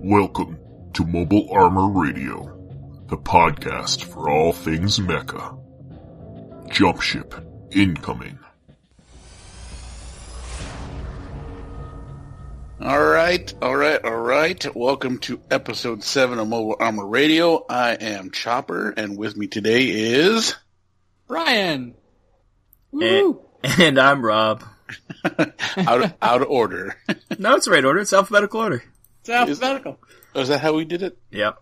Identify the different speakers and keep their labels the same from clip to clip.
Speaker 1: Welcome to Mobile Armor Radio, the podcast for all things mecha. Jump ship incoming.
Speaker 2: All right, all right, all right. Welcome to episode seven of Mobile Armor Radio. I am Chopper, and with me today is
Speaker 3: Brian.
Speaker 4: And, and I'm Rob.
Speaker 2: out of, out of order.
Speaker 4: No, it's the right order. It's alphabetical order.
Speaker 3: It's alphabetical.
Speaker 2: Oh, Is that how we did it?
Speaker 4: Yep.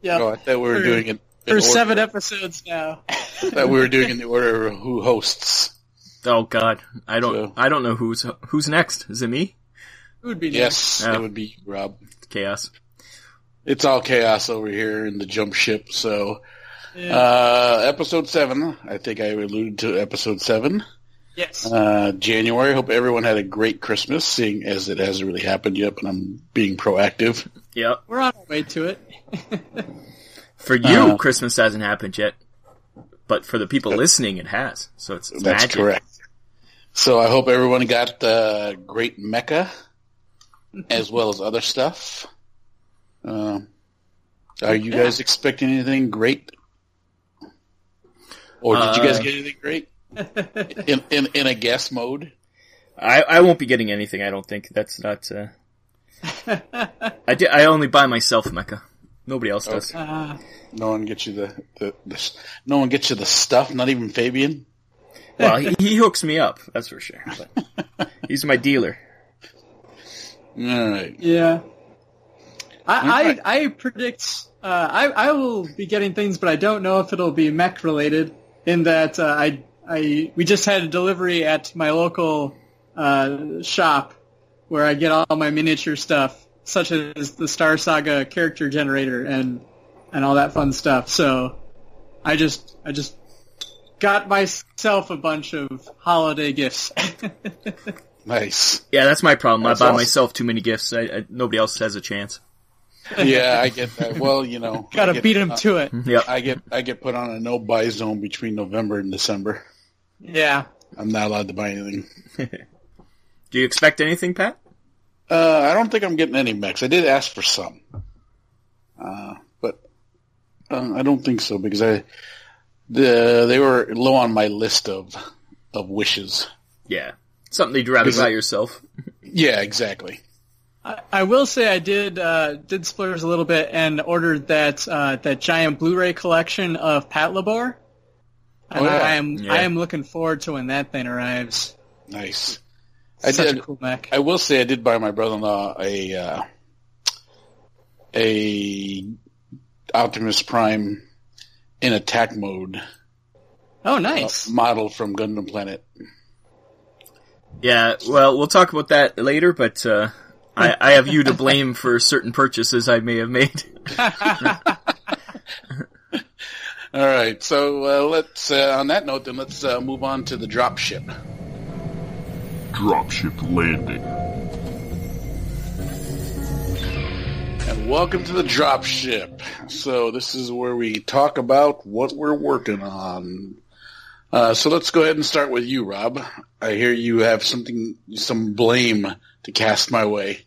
Speaker 3: Yeah.
Speaker 2: Oh, I thought we were
Speaker 3: Uh, For-
Speaker 2: doing it in
Speaker 3: For
Speaker 2: order.
Speaker 3: seven episodes now.
Speaker 2: I thought we were doing it in the order of who hosts.
Speaker 4: Oh God, I don't.
Speaker 2: So-
Speaker 4: I don't know who's who's next. Is it me?
Speaker 3: Who would be next?
Speaker 2: Yes,
Speaker 4: Yeah.
Speaker 2: it would be you, Rob.
Speaker 4: It's chaos.
Speaker 2: It's all chaos over here in the jump ship. So,
Speaker 3: Yeah.
Speaker 2: uh, episode seven. I think I alluded to episode seven.
Speaker 3: yes.
Speaker 2: uh, January. Hope everyone had a great Christmas, seeing as it hasn't really happened yet, but I'm being proactive.
Speaker 4: Yep.
Speaker 3: We're on our way to it.
Speaker 4: For you,
Speaker 2: Uh,
Speaker 4: Christmas hasn't happened yet, but for the people listening, it has. So it's, it's
Speaker 2: That's
Speaker 4: magic.
Speaker 2: correct. So I hope everyone got uh, great Mecca, as well as other stuff. Um are you guys expecting anything great? Or did you guys
Speaker 4: Uh,
Speaker 2: get anything great? In, in in a guess mode?
Speaker 4: I, I won't be getting anything. I don't think that's not. Uh... I di- I only buy myself Mecca. Nobody else does.
Speaker 3: Uh,
Speaker 2: No one gets you the, the, the no one gets you the stuff, not even Fabian.
Speaker 4: Well, he, he hooks me up. That's for sure. But he's my dealer.
Speaker 2: All right.
Speaker 3: yeah. I,
Speaker 2: Okay.
Speaker 3: I, I predict uh, I, I will be getting things, but I don't know if it'll be mech related. In that uh, I I we just had a delivery at my local uh, shop where I get all my miniature stuff, such as the Star Saga character generator and and all that fun stuff. So I just I just got myself a bunch of holiday gifts.
Speaker 2: Nice.
Speaker 4: Yeah, that's my problem.
Speaker 2: That's
Speaker 4: I buy
Speaker 2: awesome.
Speaker 4: myself too many gifts. I, I, nobody else has a chance.
Speaker 2: yeah, I get that. Well, you know, I
Speaker 3: Gotta
Speaker 2: get-
Speaker 3: beat 'em
Speaker 2: I-
Speaker 3: to it.
Speaker 4: Yep.
Speaker 2: I get I get put on a no buy zone between November and December.
Speaker 3: Yeah.
Speaker 2: I'm not allowed to buy anything.
Speaker 4: Do you expect anything, Pat?
Speaker 2: Uh, I don't think I'm getting any mechs. I did ask for some, uh, but uh, I don't think so because I the they were low on my list of of wishes.
Speaker 4: Yeah. Something you'd rather
Speaker 2: Is
Speaker 4: buy
Speaker 2: it-
Speaker 4: yourself.
Speaker 2: Yeah, exactly.
Speaker 3: I- I will say I did uh, did splurge a little bit and ordered that uh, that giant Blu-ray collection of Pat Labor. And
Speaker 2: Oh, yeah.
Speaker 3: I am
Speaker 4: Yeah.
Speaker 3: I am looking forward to when that thing arrives.
Speaker 2: Nice. I
Speaker 3: Such
Speaker 2: did-
Speaker 3: a cool mech.
Speaker 2: I will say I did buy my brother-in-law a uh, a Optimus Prime in attack mode
Speaker 3: oh,
Speaker 2: uh,
Speaker 3: nice.
Speaker 2: model from Gundam Planet.
Speaker 4: Yeah, well, we'll talk about that later, but, uh, I, I have you to blame for certain purchases I may have made.
Speaker 2: All right, so uh, let's uh, on that note, then let's uh, move on to the drop ship.
Speaker 1: Dropship landing.
Speaker 2: And welcome to the drop ship. So this is where we talk about what we're working on. Uh, so let's go ahead and start with you, Rob. I hear you have something, some blame to cast my way.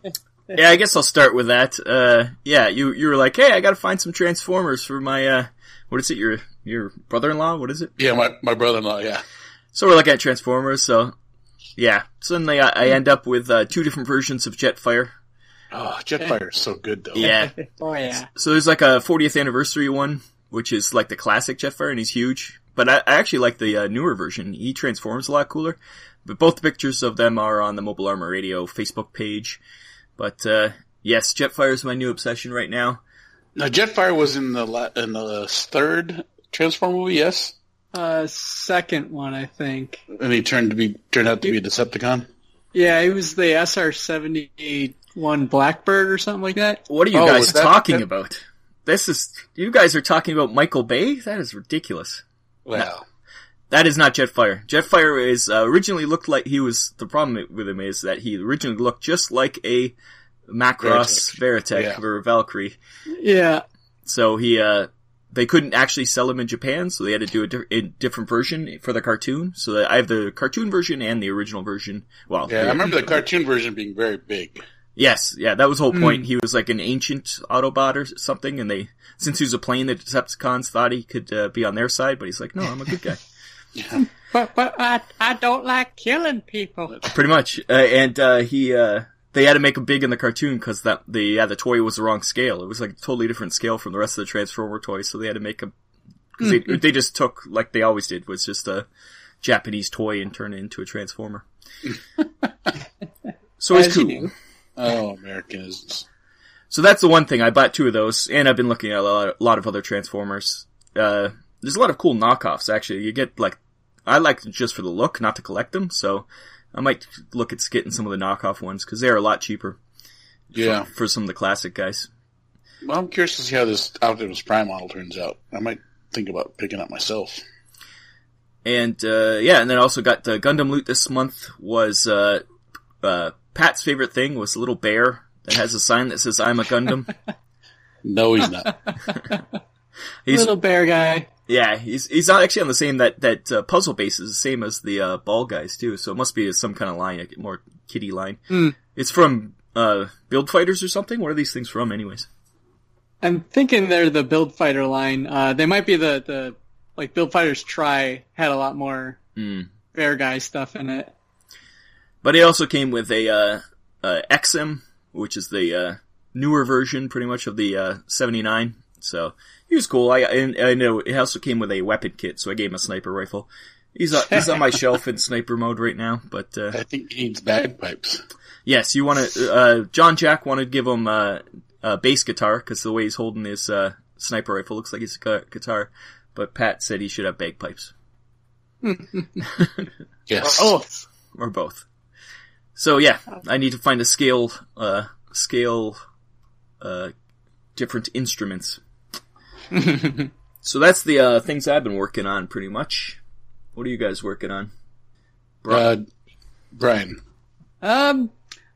Speaker 4: yeah, I guess I'll start with that. Uh, yeah, you, you were like, hey, I gotta find some Transformers for my, uh, what is it, your, your brother-in-law? What is it?
Speaker 2: Yeah, my, my brother-in-law. Yeah.
Speaker 4: So we're looking at Transformers, so, yeah. Suddenly I, I end up with, uh, two different versions of Jetfire.
Speaker 2: Oh, Jetfire is so good though.
Speaker 4: Yeah.
Speaker 3: oh yeah.
Speaker 4: So there's like a 40th anniversary one, which is like the classic Jetfire, and he's huge. But I, I actually like the uh, newer version. He transforms a lot cooler. But both pictures of them are on the Mobile Armor Radio Facebook page. But uh, yes, Jetfire is my new obsession right now.
Speaker 2: Now Jetfire was in the la- in the third Transformer movie, yes,
Speaker 3: Uh, second one, I think.
Speaker 2: and he turned to be turned out to be a Decepticon.
Speaker 3: Yeah, it was the SR seventy one Blackbird or something like that.
Speaker 4: What are you
Speaker 2: Oh,
Speaker 4: guys
Speaker 2: was that-
Speaker 4: talking
Speaker 2: that-
Speaker 4: about? This is you guys are talking about Michael Bay. That is ridiculous.
Speaker 2: Wow.
Speaker 4: That is not Jetfire. Jetfire is uh, originally looked like he was. The problem with him is that he originally looked just like a Macross Veritech
Speaker 2: Yeah.
Speaker 4: or Valkyrie.
Speaker 3: Yeah.
Speaker 4: So he, uh, they couldn't actually sell him in Japan, so they had to do a, di- a different version for the cartoon. So that I have the cartoon version and the original version. Well,
Speaker 2: Yeah, I
Speaker 4: the-
Speaker 2: remember the cartoon version being very big.
Speaker 4: Yes, yeah, that was the whole point. He was like an ancient Autobot or something, and they, since he was a plane, the Decepticons thought he could uh, be on their side, but he's like, no, I'm a good guy.
Speaker 5: But but I I don't like killing people.
Speaker 4: Pretty much. Uh, and uh, he, uh, they had to make him big in the cartoon because that the yeah, the toy was the wrong scale. It was like a totally different scale from the rest of the Transformer toys, so they had to make him. Cause they, they just took like they always did was just a Japanese toy and turn it into a Transformer. so it's
Speaker 3: As you
Speaker 4: cool.
Speaker 3: do.
Speaker 2: Oh, Americans.
Speaker 4: So that's the one thing. I bought two of those, and I've been looking at a lot, a lot of other Transformers. Uh, there's a lot of cool knockoffs, actually. You get, like, I like them just for the look, not to collect them, so I might look at getting some of the knockoff ones, because they're a lot cheaper
Speaker 2: Yeah.
Speaker 4: for some of the classic guys.
Speaker 2: Well, I'm curious to see how this Optimus Prime model turns out. I might think about picking up myself.
Speaker 4: And, uh, yeah, and then I also got the Gundam loot this month was, uh, uh, Pat's favorite thing was a little bear that has a sign that says, I'm a Gundam.
Speaker 2: No, he's not.
Speaker 4: He's,
Speaker 3: Little bear guy.
Speaker 4: Yeah, he's he's not actually on the same that that uh, puzzle base is the same as the uh, ball guys too. So it must be some kind of line, like more kitty line. It's from uh, Build Fighters or something. Where are these things from, anyways?
Speaker 3: I'm thinking they're the Build Fighter line. Uh, they might be the, the like Build Fighters Try had a lot more bear guy stuff in it.
Speaker 4: But it also came with a uh, uh, XM, which is the uh, newer version, pretty much of the uh, seventy nine. So he was cool. I and I know it also came with a weapon kit, so I gave him a sniper rifle. He's on, he's on my shelf in sniper mode right now, but uh,
Speaker 2: I think he needs bagpipes.
Speaker 4: Yes, you want to. Uh, John Jack wanted to give him uh, a bass guitar because the way he's holding his uh, sniper rifle looks like it's a gu- guitar. But Pat said he should have bagpipes
Speaker 2: Yes.
Speaker 3: Oh,
Speaker 4: or both. So yeah, I need to find a scale, uh, scale, uh, different instruments. so that's the uh, things I've been working on, pretty much. What are you guys working on?
Speaker 2: Uh, Brian.
Speaker 3: Um,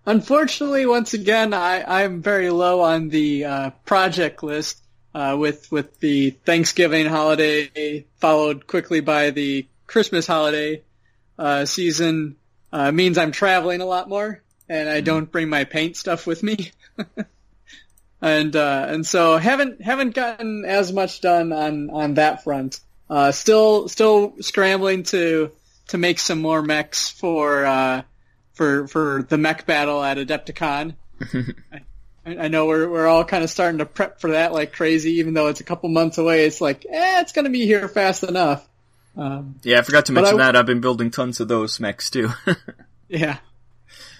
Speaker 3: unfortunately, once again, I, I'm very low on the uh, project list. Uh, with with the Thanksgiving holiday followed quickly by the Christmas holiday uh, season, uh, means I'm traveling a lot more, and I don't bring my paint stuff with me. and uh, and so haven't haven't gotten as much done on on that front. Uh, still still scrambling to to make some more mechs for uh, for for the mech battle at Adepticon. I, I know we're we're all kind of starting to prep for that like crazy, even though it's a couple months away. It's like, eh, it's gonna be here fast enough. Um,
Speaker 4: Yeah, I forgot to
Speaker 3: But
Speaker 4: mention
Speaker 3: I-
Speaker 4: that I've been building tons of those mechs too.
Speaker 3: yeah,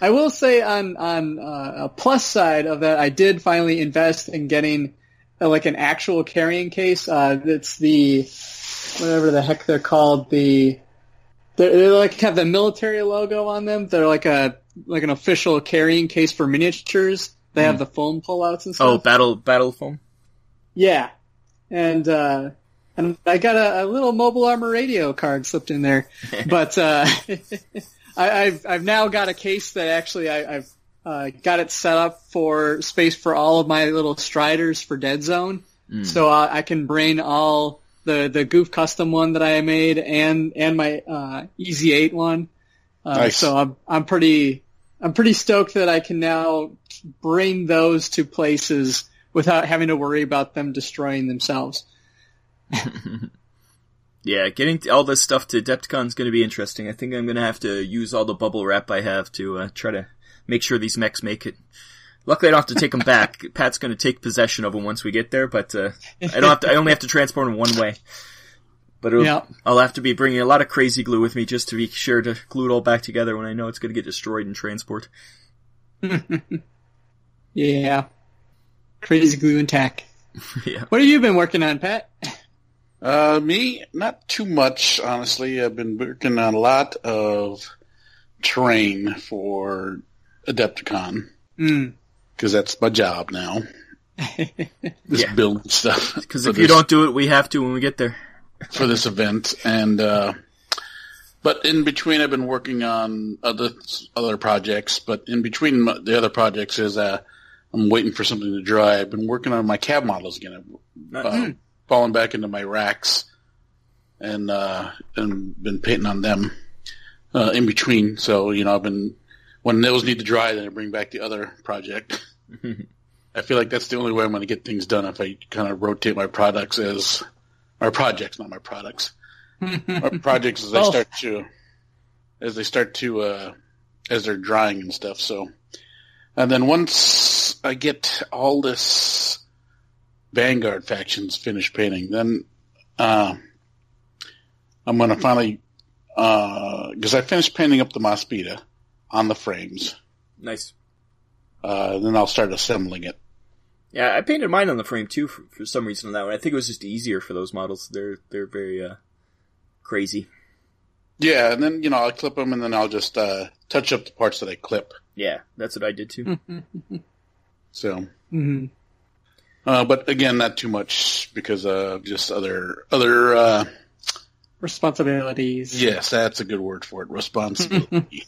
Speaker 3: I will say on on uh, a plus side of that, I did finally invest in getting uh, like an actual carrying case. Uh, it's the whatever the heck they're called. The they're, they're like have the military logo on them. They're like a like an official carrying case for miniatures. They have the foam pullouts and stuff.
Speaker 4: oh, battle battle foam.
Speaker 3: Yeah, and uh, and I got a, a little mobile armor radio card slipped in there, but uh, I, I've I've now got a case that actually I, I've uh, got it set up for space for all of my little Striders for Dead Zone, so uh, I can bring all the the Goof custom one that I made and and my uh, Easy Eight one. Uh,
Speaker 2: Nice.
Speaker 3: So I'm I'm pretty I'm pretty stoked that I can now bring those to places without having to worry about them destroying themselves.
Speaker 4: Yeah, getting t- all this stuff to Depticon is going to be interesting. I think I'm going to have to use all the bubble wrap I have to uh, try to make sure these mechs make it. Luckily, I don't have to take them back. Pat's going to take possession of them once we get there, but uh, I don't. Have to, I only have to transport them one way. But it'll,
Speaker 3: Yeah.
Speaker 4: I'll have to be bringing a lot of crazy glue with me just to be sure to glue it all back together when I know it's going to get destroyed in transport.
Speaker 3: Yeah. Crazy glue and tack.
Speaker 4: yeah.
Speaker 3: What have you been working on, Pat?
Speaker 2: Uh, me, not too much, honestly. I've been working on a lot of terrain for Adepticon Hmm.
Speaker 3: Mm.
Speaker 2: because that's my job now. Just
Speaker 4: Yeah.
Speaker 2: building stuff.
Speaker 4: Because
Speaker 2: for
Speaker 4: if you
Speaker 2: this-
Speaker 4: don't do it, we have to when we get there.
Speaker 2: for this event, and uh, but in between, I've been working on other other projects. But in between m- the other projects is uh, I'm waiting for something to dry. I've been working on my cab models again. I've uh, fallen back into my racks and uh, and been painting on them uh, in between. So you know, I've been when those need to dry, then I bring back the other project. I feel like that's the only way I'm going to get things done if I kind of rotate my products as my projects, not my products. my projects as they
Speaker 3: Both.
Speaker 2: start to as they start to uh, as they're drying and stuff. So, and then once I get all this Vanguard factions finished painting, then uh, I'm going to finally because I finished painting up the Mospita on the frames.
Speaker 4: Nice.
Speaker 2: Uh, then I'll start assembling it.
Speaker 4: Yeah, I painted mine on the frame too for, for some reason on that one. I think it was just easier for those models. They're they're very uh, crazy.
Speaker 2: Yeah, and then you know I'll clip them, and then I'll just uh, touch up the parts that I clip.
Speaker 4: Yeah, that's what I did
Speaker 3: Hmm.
Speaker 4: too.
Speaker 2: So,
Speaker 4: Mm-hmm.
Speaker 3: Mhm.
Speaker 2: uh, but again, not too much because uh, just other other. Uh,
Speaker 3: Responsibilities.
Speaker 2: yes, that's a good word for it. Responsibility.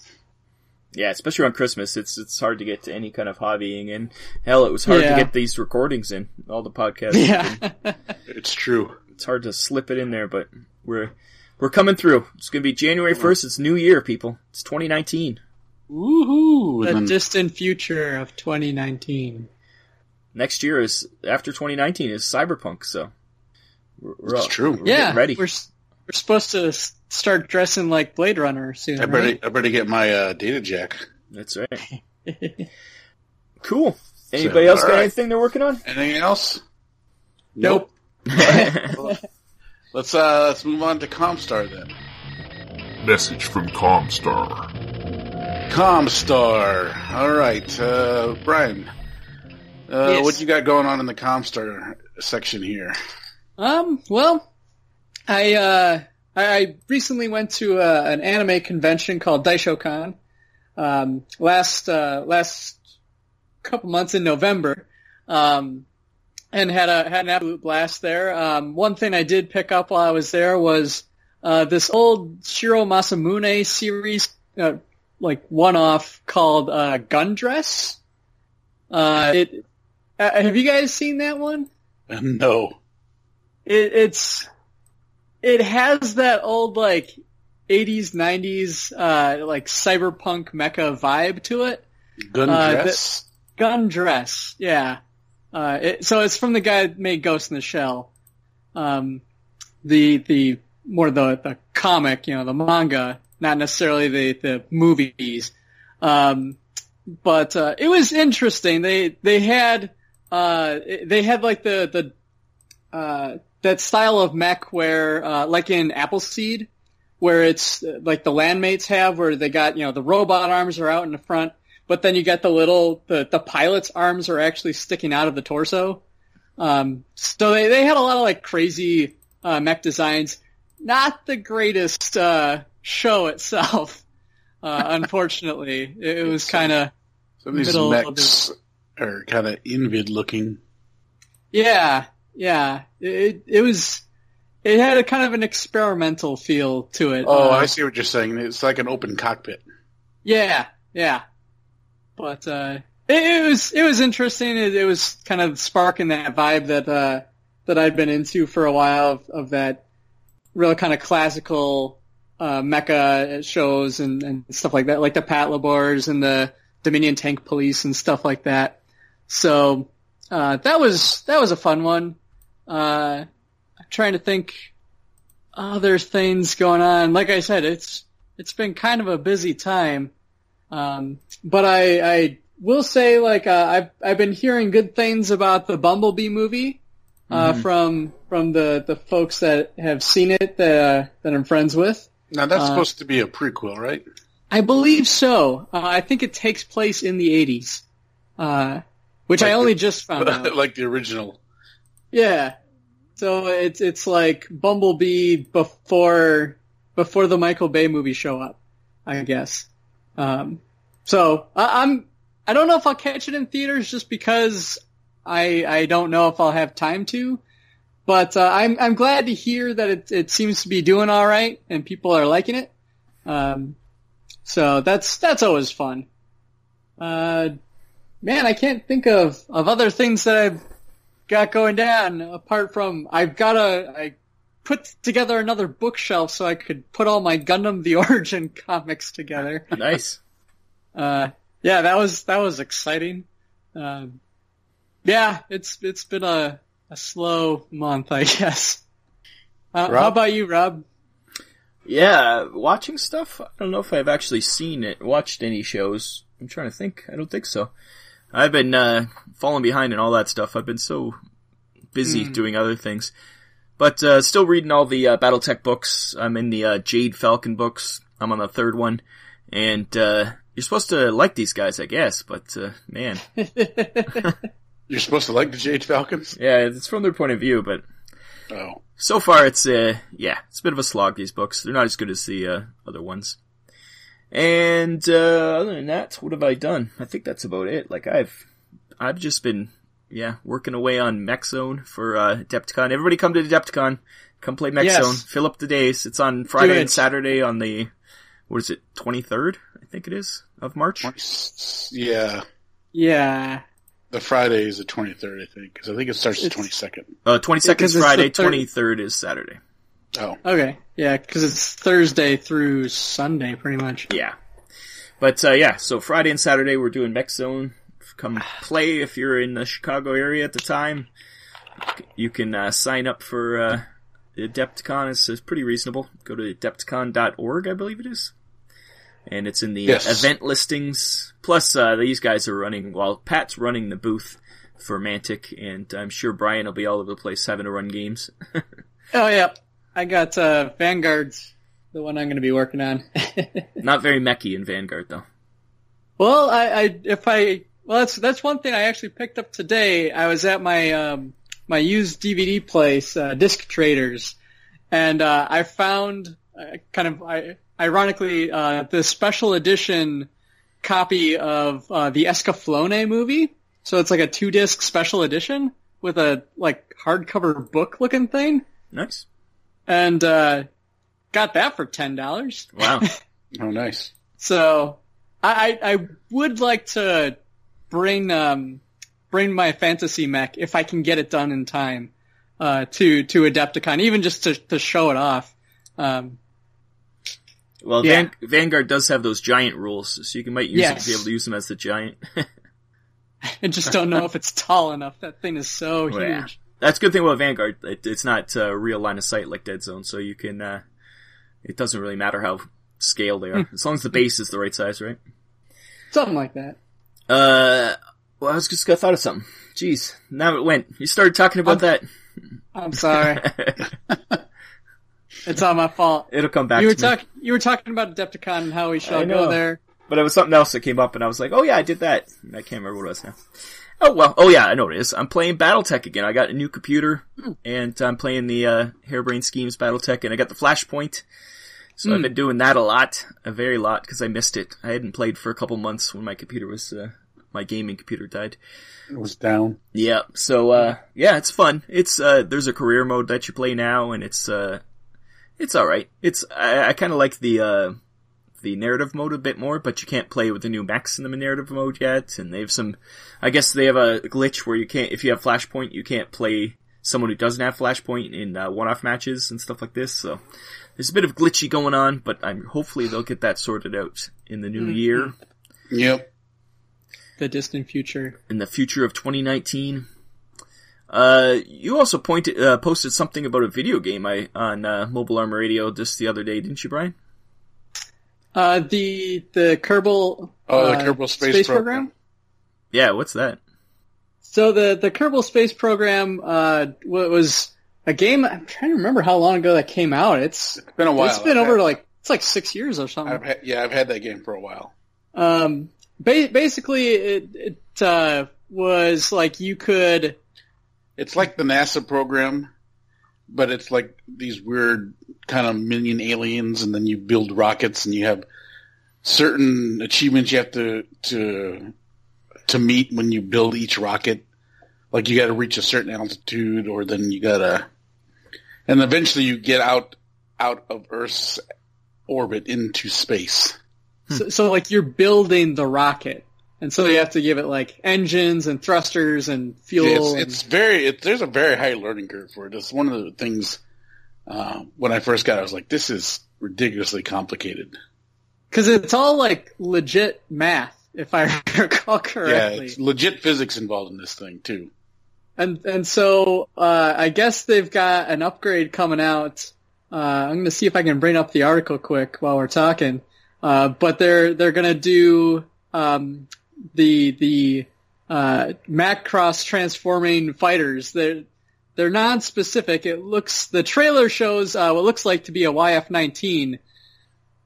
Speaker 4: Yeah, especially on Christmas, it's it's hard to get to any kind of hobbying in. Hell, it was hard
Speaker 3: Yeah.
Speaker 4: to get these recordings in all the podcasts.
Speaker 3: Yeah.
Speaker 2: it's true.
Speaker 4: It's hard to slip it in there, but we're we're coming through. It's gonna be January first. It's New Year, people. It's 2019.
Speaker 2: Woohoo!
Speaker 3: the
Speaker 2: And then,
Speaker 3: distant future of 2019.
Speaker 4: Next year is after 2019 is Cyberpunk, so we're, we're
Speaker 2: It's
Speaker 4: all-
Speaker 2: true.
Speaker 4: We're
Speaker 3: yeah,
Speaker 4: getting ready.
Speaker 3: We're, s- we're supposed to s- start dressing like Blade Runner soon.
Speaker 2: I better I better get my uh, data jack.
Speaker 4: That's right.
Speaker 3: right?
Speaker 4: Cool. Anybody else got
Speaker 2: alright.
Speaker 4: anything they're working on?
Speaker 2: Anything else?
Speaker 3: Nope.
Speaker 2: let's uh, let's move on to Comstar then.
Speaker 1: Message from Comstar.
Speaker 2: Comstar. All right, uh, Brian. Uh,
Speaker 3: Yes.
Speaker 2: What you got going on in the Comstar section here?
Speaker 3: Um, well, I, uh, I, I recently went to uh, an anime convention called Daishokan. Um, last, uh, last couple months in November. Um, and had a, had an absolute blast there. Um, one thing I did pick up while I was there was, uh, this old Shiro Masamune series, uh, like one-off called, uh, Gundress. Uh, it, uh, have you guys seen that one?
Speaker 2: No.
Speaker 3: it, it's it has that old like 80s 90s uh like cyberpunk mecha vibe to it
Speaker 2: Gun
Speaker 3: Uh,
Speaker 2: dress.
Speaker 3: gun dress yeah uh it, so it's from the guy that made ghost in the shell um the the more the the comic you know the manga not necessarily the the movies um but uh it was interesting they they had uh they had like the the uh, that style of mech where, uh, like in Appleseed, where it's uh, like the landmates have, where they got you know the robot arms are out in the front, but then you got the little the the pilot's arms are actually sticking out of the torso. Um, so they they had a lot of like crazy uh, mech designs. Not the greatest uh, show itself, uh, unfortunately. It, it was kind of
Speaker 2: Some of these
Speaker 3: middle of
Speaker 2: mechs are kind of invid looking.
Speaker 3: Yeah, yeah. It it was it had a kind of an experimental feel to it.
Speaker 2: Oh,
Speaker 3: Uh,
Speaker 2: I see what you're saying. It's like an open cockpit.
Speaker 3: yeah, yeah. But uh, it, it was it was interesting. It, it was kind of sparking that vibe that uh, that I'd been into for a while of, of that real kind of classical uh, mecha shows and, and stuff like that, like the Pat Labors and the Dominion Tank Police and stuff like that. So uh, that was that was a fun one. Uh, I'm trying to think other things going on. Like I said, it's it's been kind of a busy time. Um, but I, I will say, like, uh, I've, I've been hearing good things about the Bumblebee movie,
Speaker 2: Mm-hmm.
Speaker 3: uh, from, from the, the folks that have seen it, that, uh, that I'm friends with.
Speaker 2: Now
Speaker 3: Uh,
Speaker 2: that's supposed to be a prequel, right?
Speaker 3: I believe so. Uh, I think it takes place in the 80s. Uh, which I
Speaker 2: Like
Speaker 3: only
Speaker 2: the-
Speaker 3: just found out.
Speaker 2: like the original.
Speaker 3: Yeah. So it's it's like Bumblebee before before the Michael Bay movie show up, I guess. Um, so I, I'm I don't know if I'll catch it in theaters just because I I don't know if I'll have time to. But uh, I'm I'm glad to hear that it it seems to be doing all right and people are liking it. Um, so that's that's always fun. Uh, man, I can't think of of other things that I've got going down apart from I've got a I put together another bookshelf so I could put all my Gundam the Origin comics together.
Speaker 4: nice.
Speaker 3: uh, yeah, that was that was exciting. Um, yeah, it's it's been a, a slow month, I guess. Uh, how
Speaker 2: Rob?
Speaker 3: about you, Rob?
Speaker 4: Yeah, watching stuff. I don't know if I've actually seen it, watched any shows. I'm trying to think. I don't think so. I've been uh, falling behind in all that stuff. I've been so busy doing other things, but uh, still reading all the uh, BattleTech books. I'm in the uh, Jade Falcon books. I'm on the third one, and uh, you're supposed to like these guys, I guess. But uh, man,
Speaker 2: You're supposed to like the JH Falcons?
Speaker 4: yeah, it's from their point of view, but
Speaker 2: Oh.
Speaker 4: so far it's uh yeah it's a bit of a slog these books they're not as good as the uh, other ones and uh, other than that what have i done i think that's about it like i've i've just been yeah working away on mechzone for uh adepticon everybody come to adepticon come play mechzone
Speaker 3: Yes.
Speaker 4: fill up the days it's on friday
Speaker 3: it.
Speaker 4: and saturday on the what is it 23rd i think it is of march
Speaker 2: Yeah.
Speaker 3: Yeah,
Speaker 2: The Friday is the 23rd, I think, because I think it starts the 22nd.
Speaker 4: uh 22nd
Speaker 3: Yeah,
Speaker 4: is
Speaker 3: 'cause it's the
Speaker 4: friday
Speaker 3: third-
Speaker 4: 23rd is saturday
Speaker 2: Oh.
Speaker 3: okay, yeah, because it's Thursday through Sunday, pretty much.
Speaker 4: Yeah. But uh, yeah, so Friday and Saturday we're doing Mech Zone. Come play if you're in the Chicago area at the time. You can uh, sign up for uh, Adepticon. It's, it's pretty reasonable. Go to adepticon.org, I believe it is. And it's in the
Speaker 2: Yes.
Speaker 4: event listings. Plus, uh, these guys are running, while Pat's running the booth for Mantic, and I'm sure Brian will be all over the place having to run games.
Speaker 3: Oh yeah, I got uh, Vanguard's the one I'm going to be working on.
Speaker 4: Not very mechy in Vanguard, though.
Speaker 3: Well, I, I if I well that's that's one thing I actually picked up today. I was at my um, my used DVD place, uh, Disc Traders, and uh, I found uh, kind of I, ironically uh, the special edition copy of uh, the Escaflowne movie. So it's like a two disc special edition with a like hardcover book looking thing,
Speaker 4: Nice.
Speaker 3: and uh, got that for ten dollars.
Speaker 4: Wow.
Speaker 2: Oh, nice.
Speaker 3: So I, I I would like to bring um bring my fantasy mech if I can get it done in time uh to to Adepticon even just to to show it off. Um
Speaker 4: Well,
Speaker 3: Yeah.
Speaker 4: Van- Vanguard does have those giant rules, so you can might use it
Speaker 3: Yes.
Speaker 4: to be able to use them as the giant.
Speaker 3: I just don't know if it's tall enough. That thing is so
Speaker 4: Well, yeah.
Speaker 3: huge.
Speaker 4: That's a good thing about Vanguard. It, it's not uh, real line of sight like Dead Zone, so you can. Uh, it doesn't really matter how scale they are, as long as the base is the right size, right?
Speaker 3: Something like that.
Speaker 4: Uh, well, I was just I thought of something. Jeez, now it went. You started talking about
Speaker 3: I'm sorry.
Speaker 4: that.
Speaker 3: it's all my fault.
Speaker 4: It'll come back.
Speaker 3: You were
Speaker 4: to me.
Speaker 3: talking you were talking about Adepticon and how we shall
Speaker 4: I
Speaker 3: go
Speaker 4: know.
Speaker 3: there.
Speaker 4: But it was something else that came up, and I was like, "Oh yeah, I did that." And I can't remember what it was now. Oh well. Oh yeah, I know what it is. I'm playing BattleTech again. I got a new computer, and I'm playing the uh, Hairbrain Schemes BattleTech, and I got the Flashpoint. So I've been doing that a lot, a very lot, because I missed it. I hadn't played for a couple months when my computer was, uh, my gaming computer died.
Speaker 2: It was down.
Speaker 4: Yeah. So uh, yeah, it's fun. It's uh, there's a career mode that you play now, and it's uh, it's all right. It's I, I kind of like the uh, the narrative mode a bit more, but you can't play with the new max in the narrative mode yet. And they have some, I guess they have a glitch where you can't if you have flashpoint, you can't play someone who doesn't have flashpoint in uh, one-off matches and stuff like this. So there's a bit of glitchy going on, but I'm hopefully they'll get that sorted out in the new year,
Speaker 2: Yep.
Speaker 3: The distant future.
Speaker 4: in the future of 2019. Uh, you also pointed uh, posted something about a video game I on uh, Mobile Armor Radio just the other day, didn't you, Brian?
Speaker 3: Uh the the Kerbal
Speaker 2: Oh, the
Speaker 3: uh,
Speaker 2: Kerbal Space Program.
Speaker 4: Yeah, what's that?
Speaker 3: So the the Kerbal Space Program uh, wa- was a game. I'm trying to remember how long ago that came out. It's
Speaker 2: It's been a while.
Speaker 3: it's been
Speaker 2: I've
Speaker 3: over
Speaker 2: had-
Speaker 3: like it's like six years or something.
Speaker 2: I've had, yeah, I've had that game for a while.
Speaker 3: Um, ba- basically, it it uh, was like you could
Speaker 2: It's like the NASA program, but it's like these weird kind of minion aliens, and then you build rockets, and you have certain achievements you have to to to meet when you build each rocket. Like you got to reach a certain altitude, or then you gotta, and eventually you get out out of Earth's orbit into space. Hmm.
Speaker 3: so, so like you're building the rocket, and so you have to give it like engines and thrusters and fuel.
Speaker 2: It's,
Speaker 3: and-
Speaker 2: it's very it, there's a very high learning curve for it. It's one of the things uh, when I first got, it, I was like, this is ridiculously complicated.
Speaker 3: because it's all like legit math, if I recall
Speaker 2: Yeah,
Speaker 3: correctly.
Speaker 2: it's legit physics involved in this thing too.
Speaker 3: And and so uh, I guess they've got an upgrade coming out. Uh, I'm going to see if I can bring up the article quick while we're talking. Uh, but they're they're going to do um, the the uh, Macross transforming fighters. They're they're non-specific. It looks the trailer shows uh, what looks like to be a YF-19,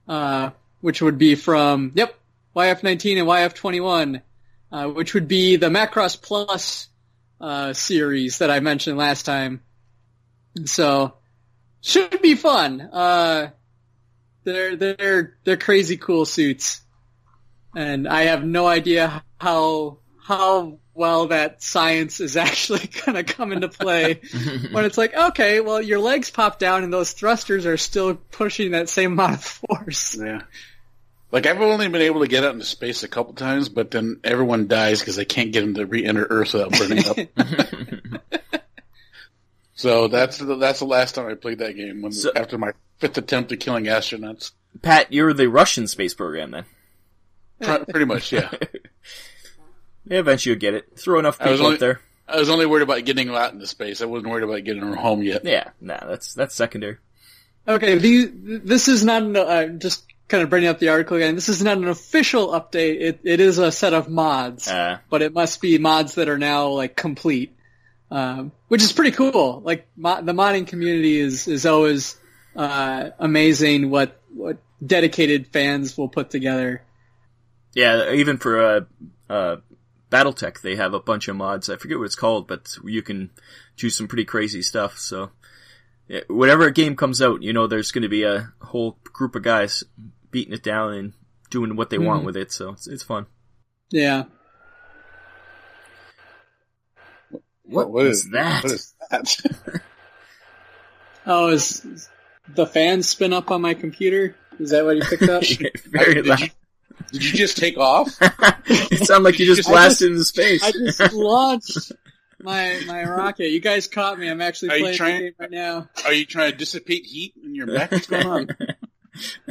Speaker 3: uh, which would be from yep YF-19 and YF-21, uh, which would be the Macross Plus uh, series that I mentioned last time. So should be fun. Uh, they're they're they're crazy cool suits, and I have no idea how how well that science is actually going to come into play when it's like okay well your legs pop down and those thrusters are still pushing that same amount of force
Speaker 2: Yeah. Like I've only been able to get out into space a couple times, but then everyone dies because they can't get them to re-enter Earth without burning up. so that's the, that's the last time I played that game when
Speaker 4: So-
Speaker 2: after my fifth attempt at killing astronauts.
Speaker 4: Pat, you're the Russian space program then.
Speaker 2: Pr- Pretty much, yeah.
Speaker 4: Yeah, eventually you'll get it. Throw enough
Speaker 2: I was
Speaker 4: people
Speaker 2: only-
Speaker 4: up there.
Speaker 2: I was only worried about getting out into space. I wasn't worried about getting her home yet.
Speaker 4: Yeah, nah, that's that's secondary.
Speaker 3: Okay, the, this is not an, uh, just kind of bringing up the article again. This is not an official update. It, it is a set of mods,
Speaker 4: Uh,
Speaker 3: but it must be mods that are now like complete, um, which is pretty cool. Like mo- the modding community is is always uh, amazing. What what dedicated fans will put together.
Speaker 4: yeah, even for uh, uh, BattleTech, they have a bunch of mods. I forget what it's called, but you can choose some pretty crazy stuff. So, yeah, whenever a game comes out, you know there's going to be a whole group of guys beating it down and doing what they want with it. So it's, it's fun.
Speaker 3: Yeah.
Speaker 4: what is, that?
Speaker 2: What is that?
Speaker 3: Oh, is is the fan spin up on my computer? Is that what you picked up?
Speaker 4: Very
Speaker 2: Did
Speaker 4: loud.
Speaker 2: you, did you just take off?
Speaker 4: it sounded like you just
Speaker 2: just-
Speaker 4: blasted into space.
Speaker 3: I just launched my my rocket. You guys caught me. I'm actually
Speaker 2: Are you
Speaker 3: playing the
Speaker 2: trying-
Speaker 3: game right now.
Speaker 2: Are you trying to dissipate heat in your back? What's going on?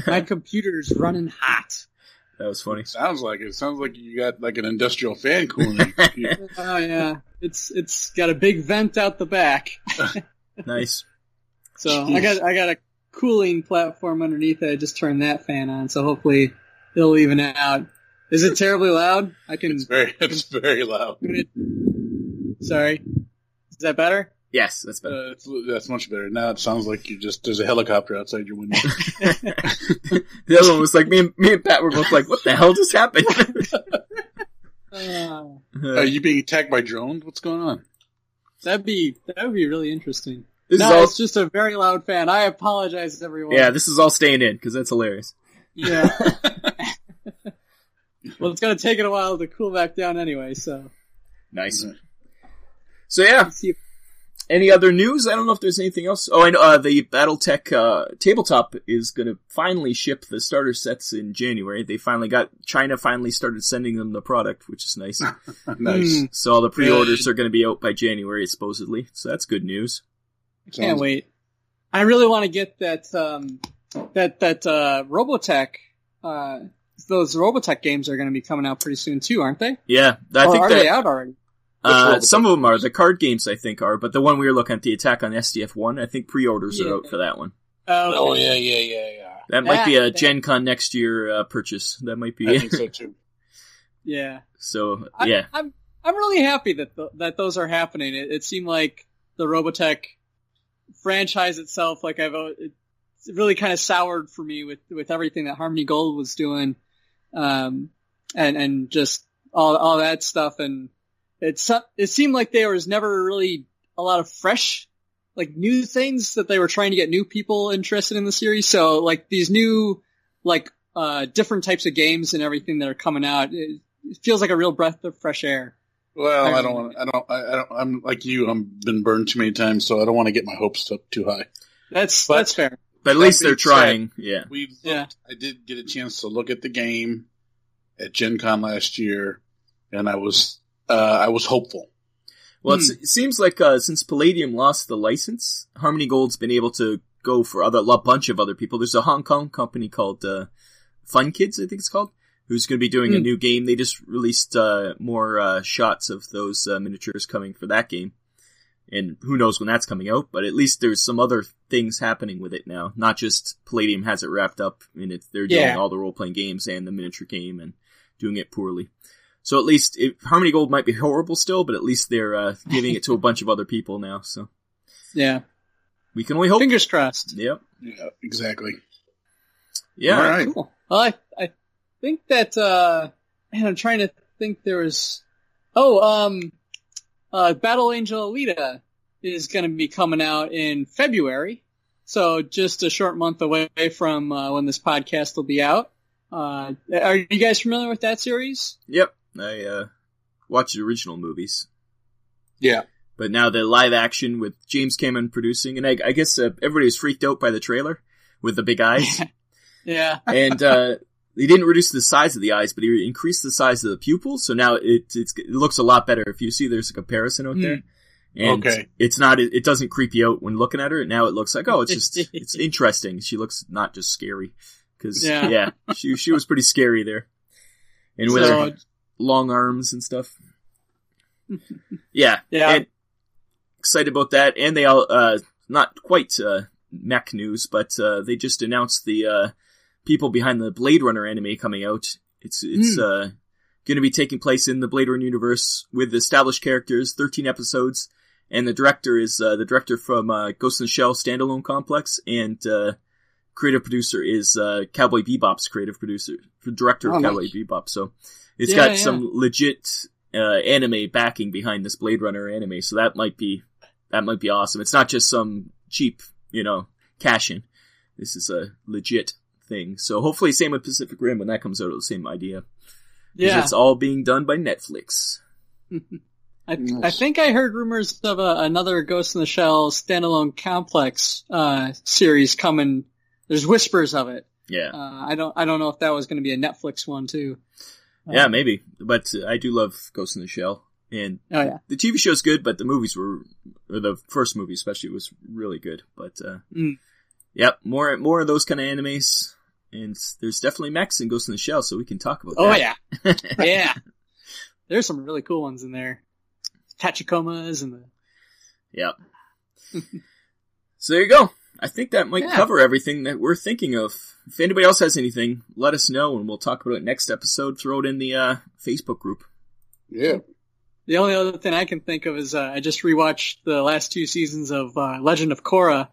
Speaker 3: My computer's running hot.
Speaker 4: that was funny.
Speaker 2: sounds like it. Sounds like you got like an industrial fan cooling. you.
Speaker 3: Oh yeah, it's it's got a big vent out the back.
Speaker 4: Nice.
Speaker 3: So I got I got a cooling platform underneath it. I just turned that fan on, so hopefully it'll even it out. Is it terribly loud? I can.
Speaker 2: It's very, it's very loud.
Speaker 3: Sorry, is that better?
Speaker 4: Yes, that's better.
Speaker 2: Uh, it's, that's much better. Now it sounds like you just there's a helicopter outside your window.
Speaker 4: The other one was like me and me and Pat were both like, "What the hell just happened?"
Speaker 3: Uh,
Speaker 2: Are you being attacked by drones? What's going on?
Speaker 3: that'd be that would be really interesting.
Speaker 4: This
Speaker 3: no,
Speaker 4: is all-
Speaker 3: it's just a very loud fan. I apologize, everyone.
Speaker 4: yeah, this is all staying in because that's hilarious.
Speaker 3: Yeah. well, it's gonna take it a while to cool back down anyway, so
Speaker 4: Nice. Mm-hmm. So yeah,
Speaker 3: let's see. If,
Speaker 4: any other news? I don't know if there's anything else. Oh, I know uh, the BattleTech uh, tabletop is going to finally ship the starter sets in January. They finally got China finally started sending them the product, which is nice.
Speaker 2: nice.
Speaker 3: Mm,
Speaker 4: so all the pre-orders are going to be out by January supposedly. So that's good news.
Speaker 3: can't wait. I really want to get that um that that uh Robotech uh those Robotech games are gonna be coming out pretty soon too, aren't they?
Speaker 4: Yeah, I
Speaker 3: or
Speaker 4: think
Speaker 3: Oh, are
Speaker 4: that
Speaker 3: they out already?
Speaker 4: Uh,
Speaker 2: Which
Speaker 4: some of them are. The card games, I think, are. But the one we were looking at, the Attack on SDF1, I think pre-orders
Speaker 3: Yeah.
Speaker 4: are out for that one.
Speaker 2: Oh yeah, yeah, yeah, yeah.
Speaker 4: That might be
Speaker 3: Yeah,
Speaker 4: a
Speaker 3: yeah.
Speaker 4: Gen Con next year uh, purchase. That might be
Speaker 2: I
Speaker 4: it.
Speaker 2: think so too.
Speaker 3: Yeah.
Speaker 4: So,
Speaker 3: I,
Speaker 4: yeah.
Speaker 3: I'm I'm really happy that th- that those are happening. It, it seemed like the Robotech franchise itself, like I've, al- it it's really kind of soured for me with with everything that Harmony Gold was doing, um, and and just all all that stuff, and it su- it seemed like there was never really a lot of fresh. Like new things that they were trying to get new people interested in the series. So like these new, like, uh, different types of games and everything that are coming out. It, it feels like a real breath of fresh air.
Speaker 2: Well,
Speaker 3: I
Speaker 2: I don't want. I don't. I, I don't. I'm like you. I've been burned too many times, so I don't want to get my hopes up too high.
Speaker 3: That's
Speaker 2: But-
Speaker 3: that's fair.
Speaker 4: But at
Speaker 2: that
Speaker 4: least they're
Speaker 2: being said-
Speaker 4: trying. Yeah.
Speaker 2: We. Looked,
Speaker 3: Yeah.
Speaker 2: I did get a chance to look at the game at Gen Con last year, and I was. Uh, I was hopeful.
Speaker 4: Well, it's, it seems like uh, since Palladium lost the license, Harmony Gold's been able to go for other a bunch of other people. There's a Hong Kong company called uh, Fun Kids, I think it's called, who's going to be doing a new game. They just released uh, more uh, shots of those uh, miniatures coming for that game, and who knows when that's coming out. But at least there's some other things happening with it now. Not just Palladium has it wrapped up, and it's, they're doing
Speaker 5: Yeah.
Speaker 4: all the role playing games and the miniature game and doing it poorly. So at least it, Harmony Gold might be horrible still, but at least they're uh, giving it to a bunch of other people now. So
Speaker 3: Yeah.
Speaker 4: we can only hope.
Speaker 3: Fingers crossed.
Speaker 4: Yep.
Speaker 2: Yeah, exactly.
Speaker 4: Yeah.
Speaker 2: All right.
Speaker 3: Cool. Well, I, I think that, uh, man, I'm trying to think there was, oh, um, uh, Battle Angel Alita is going to be coming out in February. So just a short month away from uh, when this podcast will be out. Uh, are you guys familiar with that series?
Speaker 4: Yep. I uh, watch the original movies.
Speaker 2: Yeah.
Speaker 4: But now the live action with James Cameron producing, and I, I guess uh, everybody was freaked out by the trailer with the big eyes,
Speaker 3: Yeah.
Speaker 4: and uh, they didn't reduce the size of the eyes, but he increased the size of the pupil. So now it it's, it looks a lot better. If you see, there's a comparison out
Speaker 3: Hmm.
Speaker 4: there, and
Speaker 2: Okay.
Speaker 4: it's not it, it doesn't creep you out when looking at her. Now it looks like oh, it's just it's interesting. She looks not just scary because yeah.
Speaker 3: Yeah.
Speaker 4: she she was pretty scary there, and with her
Speaker 3: So,
Speaker 4: long arms and stuff. yeah,
Speaker 3: Yeah.
Speaker 4: And excited about that, and they all uh, not quite uh, mech news, but uh, they just announced the uh, people behind the Blade Runner anime coming out. It's it's uh, going to be taking place in the Blade Runner universe with established characters, thirteen episodes, and the director is uh, the director from uh, Ghost in the Shell standalone complex, and uh, creative producer is uh, Cowboy Bebop's creative producer, director of
Speaker 2: Oh,
Speaker 4: Cowboy Bebop. So it's
Speaker 3: Yeah,
Speaker 4: got
Speaker 3: yeah.
Speaker 4: some legit uh, anime backing behind this Blade Runner anime, so that might be that might be awesome. It's not just some cheap, you know, cash in. This is a legit thing. So hopefully, same with Pacific Rim when that comes out, the same idea. 'Cause
Speaker 3: yeah.
Speaker 4: it's all being done by Netflix.
Speaker 3: I,
Speaker 2: Nice.
Speaker 3: I think I heard rumors of a, another Ghost in the Shell standalone complex uh, series coming. There's whispers of it.
Speaker 4: Yeah,
Speaker 3: Uh, I don't I don't know if that was going to be a Netflix one too. Uh-huh.
Speaker 4: yeah, maybe. But uh, I do love Ghost in the Shell, and
Speaker 3: Oh yeah.
Speaker 4: the TV show's good, but the movies were, or the first movie especially was really good. But uh,
Speaker 3: Mm.
Speaker 4: yep, more more of those kind of animes, and there's definitely Max and Ghost in the Shell, so we can talk about.
Speaker 3: Oh
Speaker 4: that.
Speaker 3: yeah. yeah. There's some really cool ones in there. Tachikomas and the
Speaker 4: Yep. so there you go. I think that might
Speaker 3: Yeah.
Speaker 4: cover everything that we're thinking of. If anybody else has anything, let us know, and we'll talk about it next episode. Throw it in the uh, Facebook group.
Speaker 2: Yeah.
Speaker 3: the only other thing I can think of is uh, I just rewatched the last two seasons of uh, Legend of Korra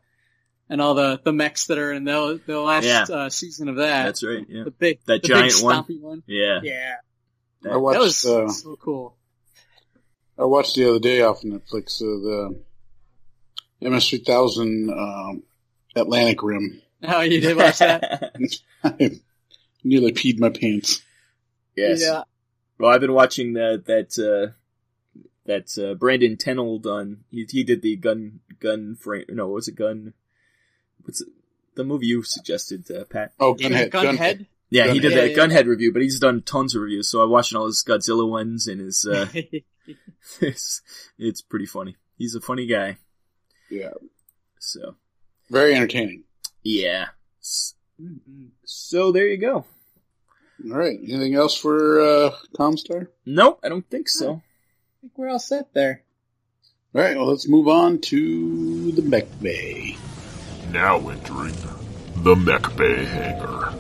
Speaker 3: and all the the mechs that are in the the last
Speaker 4: Yeah.
Speaker 3: uh, season of that.
Speaker 4: That's right. Yeah.
Speaker 3: The big
Speaker 4: That
Speaker 3: the
Speaker 4: giant
Speaker 3: big
Speaker 4: one.
Speaker 3: stompy one.
Speaker 4: Yeah.
Speaker 3: Yeah.
Speaker 2: I watched.
Speaker 3: that was
Speaker 2: uh,
Speaker 3: so cool.
Speaker 2: I watched the other day off Netflix uh, the MS3000 um, Atlantic Rim.
Speaker 3: Oh, you did watch that?
Speaker 2: I nearly peed my pants.
Speaker 4: yes.
Speaker 3: Yeah.
Speaker 4: Well, I've been watching that that uh, that uh, Brandon Tennell done. He he did the gun gun frame. No, what was it gun? What's it, the movie you suggested, uh, Pat?
Speaker 2: Oh, Gunhead.
Speaker 3: Gunhead.
Speaker 4: Yeah, he
Speaker 2: Gunhead.
Speaker 4: did
Speaker 3: Yeah,
Speaker 4: that
Speaker 3: yeah.
Speaker 4: Gunhead review, but he's done tons of reviews. So I watched all his Godzilla ones, and his uh, it's it's pretty funny. He's a funny guy.
Speaker 2: Yeah.
Speaker 4: So
Speaker 2: Very entertaining.
Speaker 4: yeah. S-
Speaker 3: Mhm.
Speaker 4: So there you go.
Speaker 2: All right. Anything else for uh, Comstar?
Speaker 4: Nope, I don't think so.
Speaker 3: I think we're all set there.
Speaker 2: All right. Well, let's move on to the Mech Bay.
Speaker 1: Now entering the Mech Bay hangar.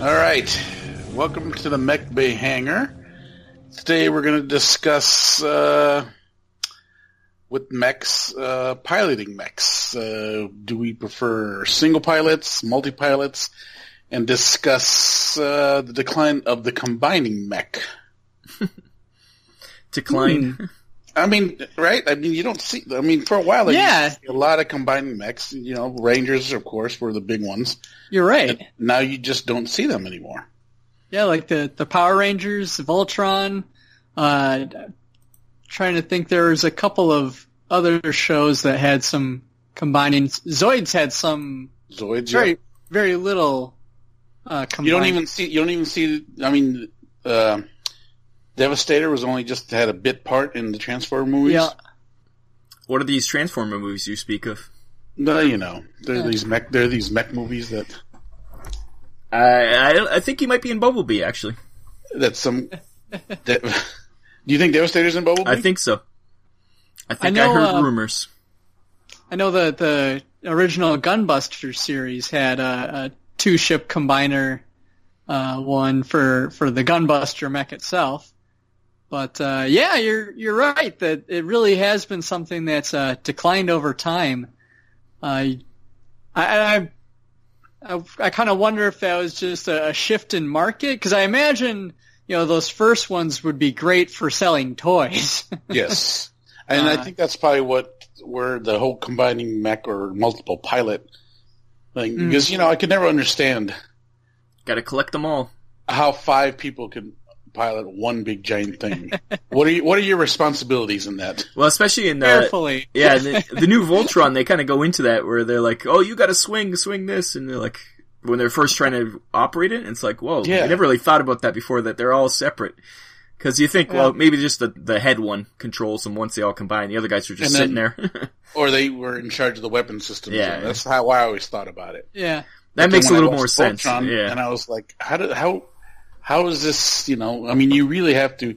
Speaker 2: All right. Welcome to the Mech Bay hangar. Today we're going to discuss uh, with mechs, uh, piloting mechs. Uh, do we prefer single pilots, multi pilots, and discuss uh, the decline of the combining mech?
Speaker 4: Decline.
Speaker 2: I mean, right? I mean, you don't see. I mean, for a while, there
Speaker 3: Yeah.
Speaker 2: used to be a lot of combining mechs. You know, Rangers, of course, were the big ones.
Speaker 3: You're right.
Speaker 2: Now you just don't see them anymore.
Speaker 3: Yeah, like the the Power Rangers, Voltron. Uh, trying to think, there was a couple of other shows that had some combining. Zoids had some
Speaker 2: Zoids, yeah.
Speaker 3: very very little. Uh, combining.
Speaker 2: You don't even see. You don't even see. I mean, uh, Devastator was only just had a bit part in the Transformer movies.
Speaker 3: Yeah,
Speaker 4: What are these Transformer movies you speak of?
Speaker 2: No, you know, there are these mech. There are these mech movies that
Speaker 4: I, I I think he might be in Bumblebee actually.
Speaker 2: That's some. that, do you think Devastator's in Bumblebee?
Speaker 4: I think so. I think I,
Speaker 3: know,
Speaker 4: heard
Speaker 3: uh,
Speaker 4: rumors.
Speaker 3: I know that the original Gunbuster series had a, a two ship combiner, uh, one for for the Gunbuster mech itself. But uh, yeah, you're you're right that it really has been something that's uh, declined over time. Uh, I I, I, I kind of wonder if that was just a, a shift in market because I imagine you know those first ones would be great for selling toys.
Speaker 2: Yes. And I
Speaker 3: Uh,
Speaker 2: think that's probably what where the whole combining mech or multiple pilot thing
Speaker 3: Mm.
Speaker 2: because you know I could never understand
Speaker 4: Got to collect them all.
Speaker 2: how five people can pilot one big giant thing. what are you, what are your responsibilities in that?
Speaker 4: Well, especially in uh,
Speaker 3: Carefully,
Speaker 4: yeah, the, the new Voltron they kind of go into that where they're like, "Oh, you got to swing, swing this," and they're like, when they're first trying to operate it, it's like, "Whoa,
Speaker 2: Yeah.
Speaker 4: I never really thought about that before." That they're all separate. Because you think, well, maybe just the, the head one controls them once they all combine. The other guys are just
Speaker 2: And
Speaker 4: sitting there.
Speaker 2: Or they were in charge of the weapon system.
Speaker 4: Yeah.
Speaker 2: That's how I always thought about it.
Speaker 3: yeah.
Speaker 4: that makes a
Speaker 2: Then when I
Speaker 4: little more
Speaker 2: watched
Speaker 4: sense.
Speaker 2: Voltron,
Speaker 4: yeah.
Speaker 2: And I was like, how did how how is this? You know, I mean, you really have to.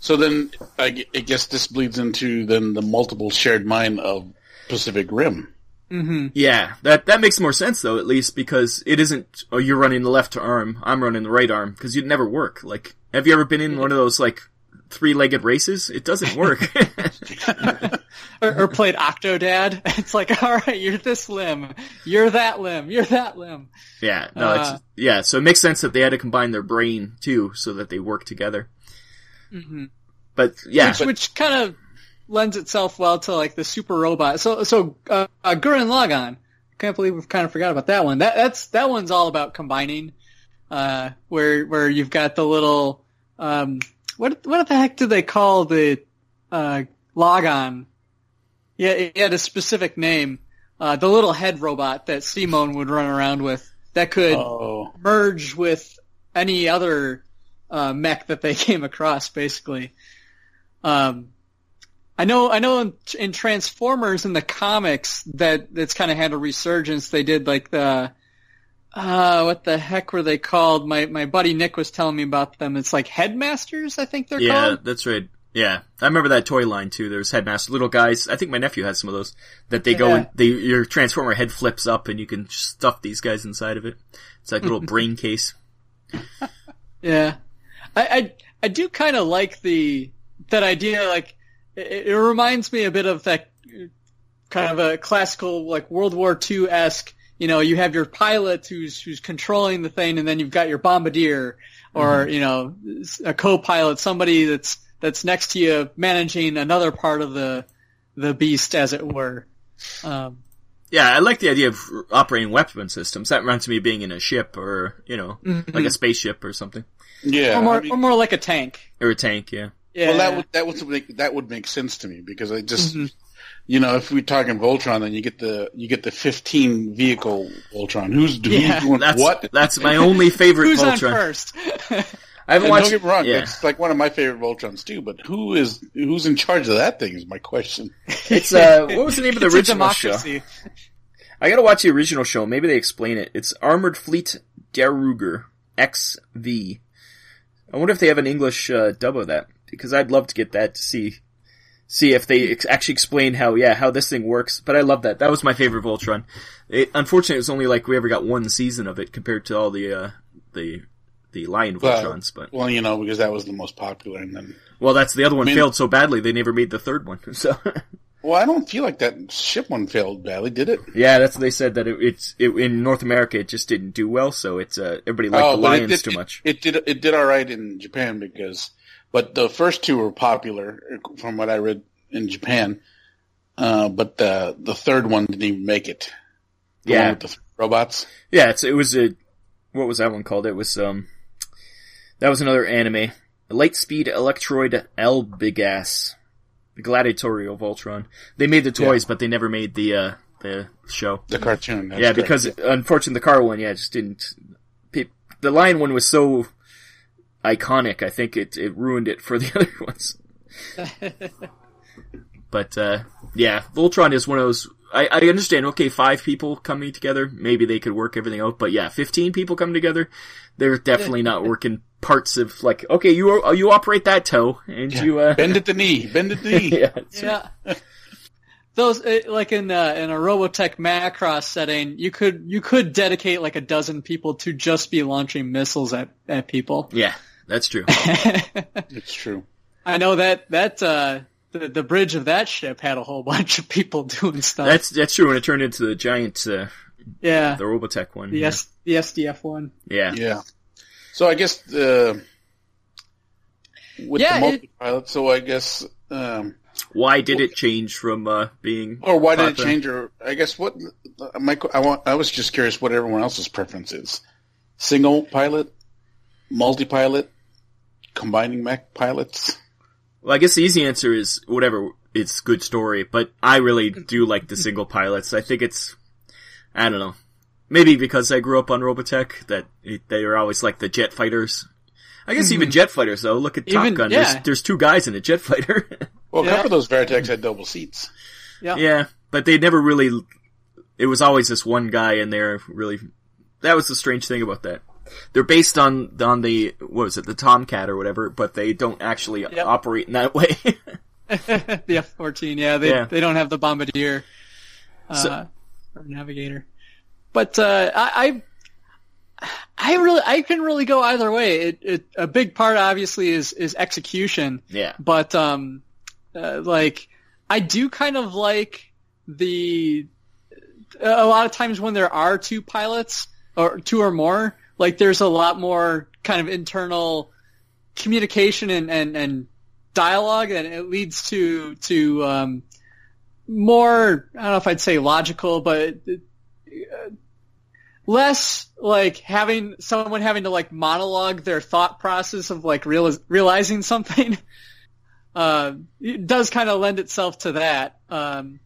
Speaker 2: So then, I, gu- I guess this bleeds into then the multiple shared mind of Pacific Rim.
Speaker 3: hmm
Speaker 4: Yeah, that that makes more sense though, at least because it isn't. Oh, you're running the left arm, I'm running the right arm, because you'd never work. Like, have you ever been in one of those like three-legged races? It doesn't work.
Speaker 3: or, or played Octodad. It's like, all right, you're this limb, you're that limb, you're that limb.
Speaker 4: yeah, no,
Speaker 3: Uh.
Speaker 4: it's yeah. So it makes sense that they had to combine their brain too, so that they work together.
Speaker 3: hmm
Speaker 4: But yeah,
Speaker 3: Which, which kind of lends itself well to like the super robot. So, so uh, uh, Gurren Lagann. Can't believe we've kind of forgot about that one. That that's that one's all about combining, uh, where where you've got the little um, what what the heck do they call the uh, Logon? Yeah, it had a specific name. Uh, the little head robot that Simone would run around with that could
Speaker 2: Oh,
Speaker 3: merge with any other uh, mech that they came across, basically. Um, I know, I know. In, in Transformers in the comics, that that's kind of had a resurgence. They did like the uh, what the heck were they called? My my buddy Nick was telling me about them. It's like Headmasters, I think they're
Speaker 4: yeah,
Speaker 3: called.
Speaker 4: that's right. Yeah, I remember that toy line too. There was headmaster, little guys. I think my nephew had some of those. That they go
Speaker 3: Yeah.
Speaker 4: and they your transformer head flips up, and you can stuff these guys inside of it. It's like a little brain case.
Speaker 3: Yeah, I I, I do kind of like the that idea. Like it, it reminds me a bit of that uh, kind of a classical like World War II esque. You know, you have your pilot who's who's controlling the thing, and then you've got your bombardier
Speaker 2: Mm-hmm.
Speaker 3: or you know s- a co-pilot, somebody that's that's next to you managing another part of the the beast, as it were. Um,
Speaker 4: Yeah, I like the idea of operating weapon systems. That reminds me of being in a ship or, you know,
Speaker 3: Mm-hmm.
Speaker 4: like a spaceship or something.
Speaker 2: yeah.
Speaker 3: or more
Speaker 2: I mean,
Speaker 3: or more like a tank.
Speaker 4: Or a tank, yeah. Mm-hmm.
Speaker 3: Yeah.
Speaker 2: well, that would that would make, that would make sense to me because I just.
Speaker 3: Mhm.
Speaker 2: You know, if we're talking Voltron, then you get the you get the fifteen vehicle Voltron. Who's, who's
Speaker 3: Yeah,
Speaker 2: doing
Speaker 4: That's,
Speaker 2: what?
Speaker 4: That's my only favorite
Speaker 3: Who's on
Speaker 4: Voltron.
Speaker 3: first?
Speaker 4: I
Speaker 2: And
Speaker 4: haven't watched
Speaker 2: don't get me wrong,
Speaker 4: yeah.
Speaker 2: it's like one of my favorite Voltrons too. But who is who's in charge of that thing is my question.
Speaker 4: It's, uh, what was the name of the
Speaker 3: It's a
Speaker 4: original show?
Speaker 3: democracy.
Speaker 4: I gotta watch the original show. Maybe they explain it. It's Armored Fleet Deruger XV. I wonder if they have an English uh, dub of that because I'd love to get that to see see if they ex- actually explain how yeah how this thing works. But I love that. That was my favorite Voltron. It, unfortunately, it was only like we ever got one season of it compared to all the uh, the the Lion
Speaker 2: Well,
Speaker 4: Voltrons. But
Speaker 2: Uh, Well, you know, because that was the most popular, and then
Speaker 4: well, that's the other one
Speaker 2: I mean-
Speaker 4: failed so badly they never made the third one. So
Speaker 2: well, I don't feel like that ship one failed badly, did it?
Speaker 4: yeah, that's what they said that it, it's it, in North America it just didn't do well. So it's uh, everybody liked the
Speaker 2: Oh, but
Speaker 4: Lions
Speaker 2: it did,
Speaker 4: too much.
Speaker 2: It, did it did all right in Japan because, but the first two were popular from what I read in Japan, uh, but the the third one didn't even make it. The one
Speaker 4: Yeah.
Speaker 2: with the th- robots.
Speaker 4: Yeah, it's, it was a what was that one called? It was um that was another anime. Lightspeed Electroid Elbigas. The Gladiatorial Voltron. They made the toys, but they never made the uh the show.
Speaker 2: The cartoon. that's
Speaker 4: yeah,
Speaker 2: correct.
Speaker 4: because unfortunately the car one, yeah, just didn't pe- the lion one was so iconic, I think it it ruined it for the other ones. but uh yeah, Voltron is one of those I, I understand. Okay, five people coming together, maybe they could work everything out. But yeah, fifteen people coming together, they're definitely not working parts of like. Okay, you uh, you operate that toe, and you uh,
Speaker 2: Bend at the knee. Bend at the knee.
Speaker 4: yeah, it's-
Speaker 3: Yeah. Those uh, like in uh, in a Robotech Macross setting, you could you could dedicate like a dozen people to just be launching missiles at, at people.
Speaker 4: yeah, that's true.
Speaker 2: It's true.
Speaker 3: I know that that uh, the the bridge of that ship had a whole bunch of people doing stuff.
Speaker 4: That's that's true. When it turned into the giant, uh,
Speaker 3: yeah,
Speaker 4: the Robotech one.
Speaker 3: the S the SDF one.
Speaker 4: Yeah. yeah.
Speaker 2: Yeah. So I guess uh, with
Speaker 3: Yeah,
Speaker 2: the
Speaker 3: it-
Speaker 2: multi-pilot, so I guess, um,
Speaker 4: Why did it change from uh, being?
Speaker 2: or why did it
Speaker 4: Papa.
Speaker 2: change? Or I guess what my I want. I was just curious what everyone else's preference is: single pilot, multi-pilot, combining mech pilots.
Speaker 4: Well, I guess the easy answer is whatever. It's good story, but I really do like the single pilots. I think it's, I don't know, maybe because I grew up on Robotech that it, they are always like the jet fighters. I guess even jet fighters though. Look at Top
Speaker 3: Mm-hmm. Even-
Speaker 4: Gun.
Speaker 3: yeah.
Speaker 4: There's, there's two guys in a jet fighter.
Speaker 2: Well, a
Speaker 3: Yeah.
Speaker 2: couple of those Veritex had double seats.
Speaker 4: yeah, but they never really. It was always this one guy in there. Really, that was the strange thing about that. They're based on on the what was it, the Tomcat or whatever, but they don't actually operate in that way.
Speaker 3: the F fourteen. Yeah, they
Speaker 4: Yeah.
Speaker 3: they don't have the bombardier uh,
Speaker 4: So-
Speaker 3: or navigator. But uh, I, I I really I can really go either way. It, it a big part obviously is is execution,
Speaker 4: yeah,
Speaker 3: but um, uh, like I do kind of like the uh, a lot of times when there are two pilots or two or more, like there's a lot more kind of internal communication and and, and dialogue, and it leads to to um, more. I don't know if I'd say logical, but uh, less like having someone having to like monologue their thought process of like realiz- realizing something. Uh, it does kind of lend itself to that. Um,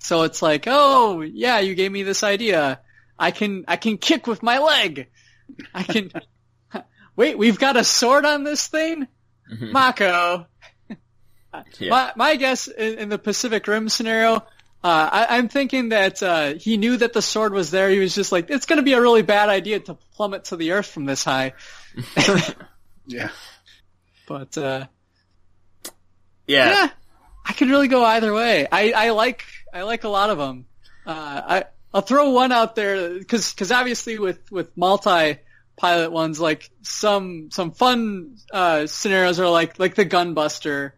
Speaker 3: so it's like, oh yeah, you gave me this idea. I can I can kick with my leg. I can. Wait, we've got a sword on this thing, Mako.
Speaker 4: Yeah.
Speaker 3: My my guess in, in the Pacific Rim scenario, uh, I, I'm thinking that uh, he knew that the sword was there. He was just like, it's going to be a really bad idea to plummet to the earth from this high.
Speaker 2: Yeah.
Speaker 3: But uh,
Speaker 4: yeah.
Speaker 3: yeah, I could really go either way. I, I like I like a lot of them. Uh, I I'll throw one out there because obviously with with multi pilot ones like some some fun uh, scenarios are like like the gunbuster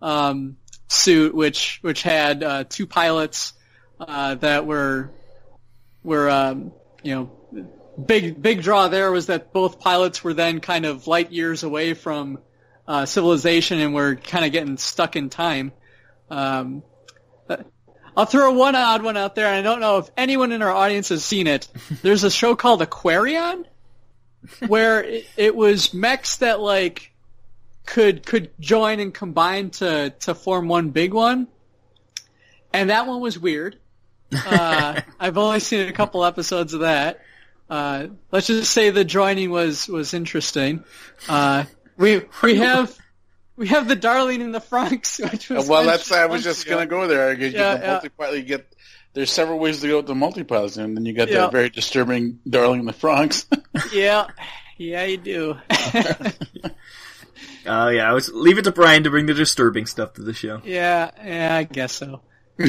Speaker 3: um, suit which which had uh, two pilots uh, that were were um, you know big big draw there was that both pilots were then kind of light years away from uh, civilization and we're kind of getting stuck in time. Um, I'll throw one odd one out there, and I don't know if anyone in our audience has seen it. There's a show called Aquarion, where it, it was mechs that like could could join and combine to to form one big one, and that one was weird. Uh, I've only seen a couple episodes of that. Uh, let's just say the joining was was interesting. Uh, we we have we have the darling in the Franks, which was
Speaker 2: Uh, Well, that's. I was
Speaker 3: mentioned
Speaker 2: just
Speaker 3: months ago.
Speaker 2: gonna go there. I guess
Speaker 3: Yeah,
Speaker 2: you can
Speaker 3: yeah.
Speaker 2: multi-pilot. You get. There's several ways to go with the multi-pilots, and then you got
Speaker 3: Yeah.
Speaker 2: that very disturbing "Darling in the Franks."
Speaker 3: Yeah, yeah, you do.
Speaker 4: Oh yeah, I was leave it to Brian to bring the disturbing stuff to the show.
Speaker 3: yeah, yeah, I guess so.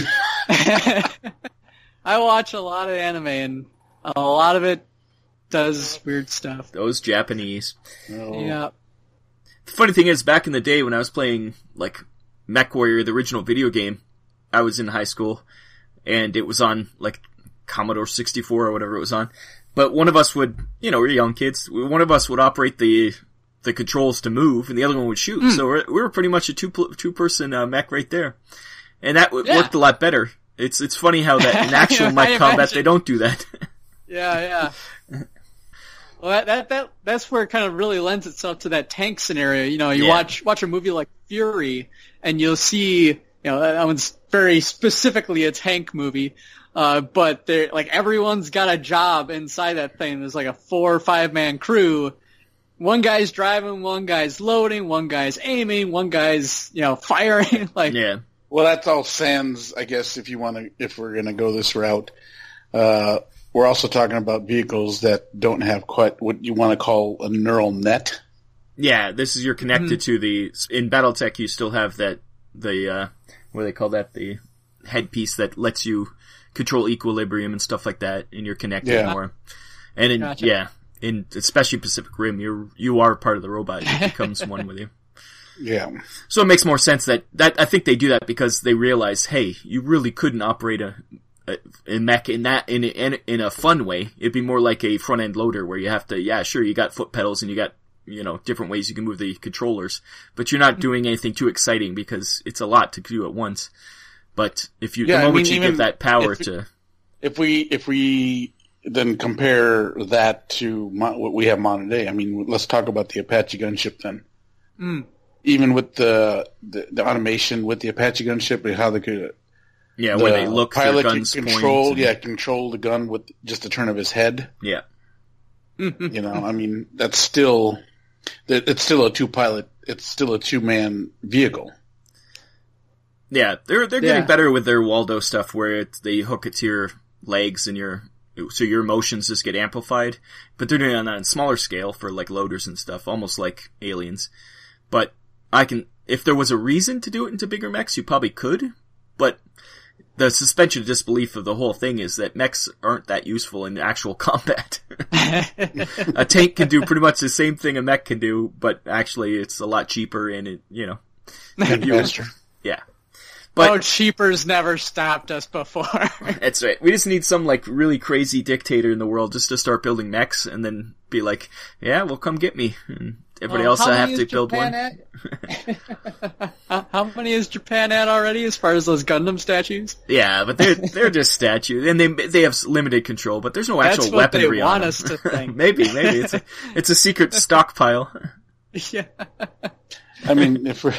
Speaker 3: I watch a lot of anime, and a lot of it does weird stuff.
Speaker 4: Those Japanese.
Speaker 2: Oh.
Speaker 3: Yeah,
Speaker 4: The funny thing is, back in the day when I was playing like MechWarrior, the original video game, I was in high school, and it was on like Commodore 64 or whatever it was on. But one of us would, you know, we we're young kids. One of us would operate the the controls to move, and the other one would
Speaker 3: Hmm.
Speaker 4: shoot. So we're, we were pretty much a two pl- two person uh, mech right there, and that w-
Speaker 3: Yeah.
Speaker 4: worked a lot better. It's it's funny how that in actual
Speaker 3: I
Speaker 4: mech combat
Speaker 3: imagine.
Speaker 4: they don't do that.
Speaker 3: yeah, yeah. Well, that, that that that's where it kind of really lends itself to that tank scenario. You know, you
Speaker 4: Yeah.
Speaker 3: watch watch a movie like Fury, and you'll see, you know, that one's very specifically a tank movie. Uh, but they're like everyone's got a job inside that thing. There's like a four or five man crew. One guy's driving, one guy's loading, one guy's aiming, one guy's you know firing. like
Speaker 4: yeah.
Speaker 2: Well, that's all sans, I guess, if you want to, if we're going to go this route. Uh, we're also talking about vehicles that don't have quite what you want to call a neural net.
Speaker 4: Yeah, this is you're connected to the in BattleTech. You still have that the uh, what do they call that the headpiece that lets you control equilibrium and stuff like that, and you're connected
Speaker 2: Yeah.
Speaker 4: more. And in,
Speaker 3: Gotcha.
Speaker 4: yeah, in especially Pacific Rim, you're you are part of the robot. It becomes one with you.
Speaker 2: Yeah.
Speaker 4: So it makes more sense that that I think they do that because they realize, hey, you really couldn't operate a a, a mech in that in, a- in a- in a fun way. It'd be more like a front end loader where you have to, yeah, sure, you got foot pedals and you got you know different ways you can move the controllers, but you're not doing anything too exciting because it's a lot to do at once. But if you
Speaker 2: Yeah, I
Speaker 4: the moment
Speaker 2: mean,
Speaker 4: you
Speaker 2: even
Speaker 4: give that power
Speaker 2: if-
Speaker 4: to
Speaker 2: If we, if we then compare that to mo- what we have modern day, I mean, let's talk about the Apache gunship then.
Speaker 3: Mm.
Speaker 2: Even with the, the, the automation with the Apache gunship and how they could,
Speaker 4: yeah,
Speaker 2: the
Speaker 4: where they look their
Speaker 2: pilot could
Speaker 4: guns
Speaker 2: control,
Speaker 4: point and-
Speaker 2: yeah, control the gun with just a turn of his head.
Speaker 4: yeah.
Speaker 2: You know, I mean, that's still that it's still a two pilot, it's still a two man vehicle.
Speaker 4: Yeah, they're they're
Speaker 3: Yeah.
Speaker 4: getting better with their Waldo stuff, where it, they hook it to your legs and your so your emotions just get amplified. But they're doing it on a smaller scale for like loaders and stuff, almost like aliens. But I can, if there was a reason to do it into bigger mechs, you probably could. But the suspension of disbelief of the whole thing is that mechs aren't that useful in actual combat. a tank can do pretty much the same thing a mech can do, but actually it's a lot cheaper and it, you know,
Speaker 2: Faster.
Speaker 4: yeah.
Speaker 3: oh, cheapers never stopped us before.
Speaker 4: That's right. We just need some like really crazy dictator in the world just to start building mechs and then be like, yeah, well, come get me. And everybody else, I have to build one.
Speaker 3: how, how many is Japan at already as far as those Gundam statues?
Speaker 4: Yeah, but they're they're just statues, and they they have s- limited control, but there's no
Speaker 3: That's
Speaker 4: actual
Speaker 3: what they
Speaker 4: weaponry
Speaker 3: want
Speaker 4: on them.
Speaker 3: us to think.
Speaker 4: maybe, maybe it's a, it's a secret stockpile.
Speaker 3: yeah.
Speaker 2: I mean, if we're,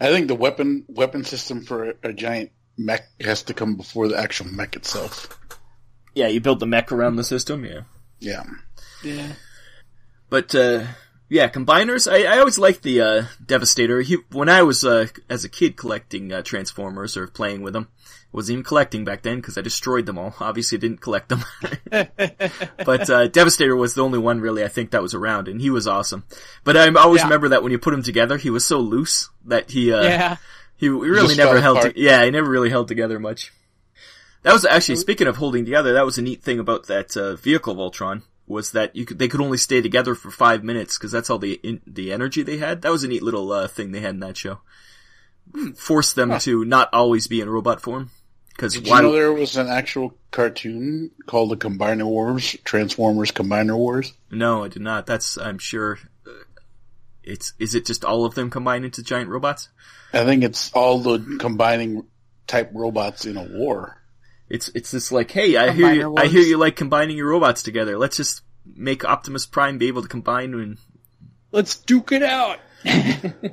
Speaker 2: I think the weapon weapon system for a, a giant mech has to come before the actual mech itself.
Speaker 4: Yeah, you build the mech around the system. Yeah.
Speaker 2: Yeah.
Speaker 3: Yeah.
Speaker 4: But uh, yeah, combiners. I, I always liked the uh, Devastator. He, when I was uh, as a kid collecting uh, Transformers or playing with them, wasn't even collecting back then because I destroyed them all. Obviously, I didn't collect them. but uh, Devastator was the only one really I think that was around, and he was awesome. But I always
Speaker 3: Yeah.
Speaker 4: remember that when you put him together, he was so loose that he uh,
Speaker 3: Yeah.
Speaker 4: he really
Speaker 2: Just
Speaker 4: never
Speaker 2: fell
Speaker 4: held.
Speaker 2: apart.
Speaker 4: to- yeah, he never really held together much. That was actually
Speaker 2: Mm-hmm.
Speaker 4: speaking of holding together. That was a neat thing about that uh, vehicle Voltron was that you could they could only stay together for five minutes because that's all the in, the energy they had. That was a neat little uh, thing they had in that show.
Speaker 2: Hmm.
Speaker 4: Forced them to not always be in robot form because
Speaker 2: Did
Speaker 4: why?
Speaker 2: you know there was an actual cartoon called the Combiner Wars, Transformers Combiner Wars?
Speaker 4: no, I did not. That's I'm sure. uh, It's is it just all of them combined into giant robots?
Speaker 2: I think it's all the combining type robots in a war.
Speaker 4: It's it's just like, hey, I hear you,
Speaker 3: Combiner
Speaker 4: I hear
Speaker 3: ones.
Speaker 4: you like combining your robots together. Let's just make Optimus Prime be able to combine and
Speaker 3: Let's duke it out.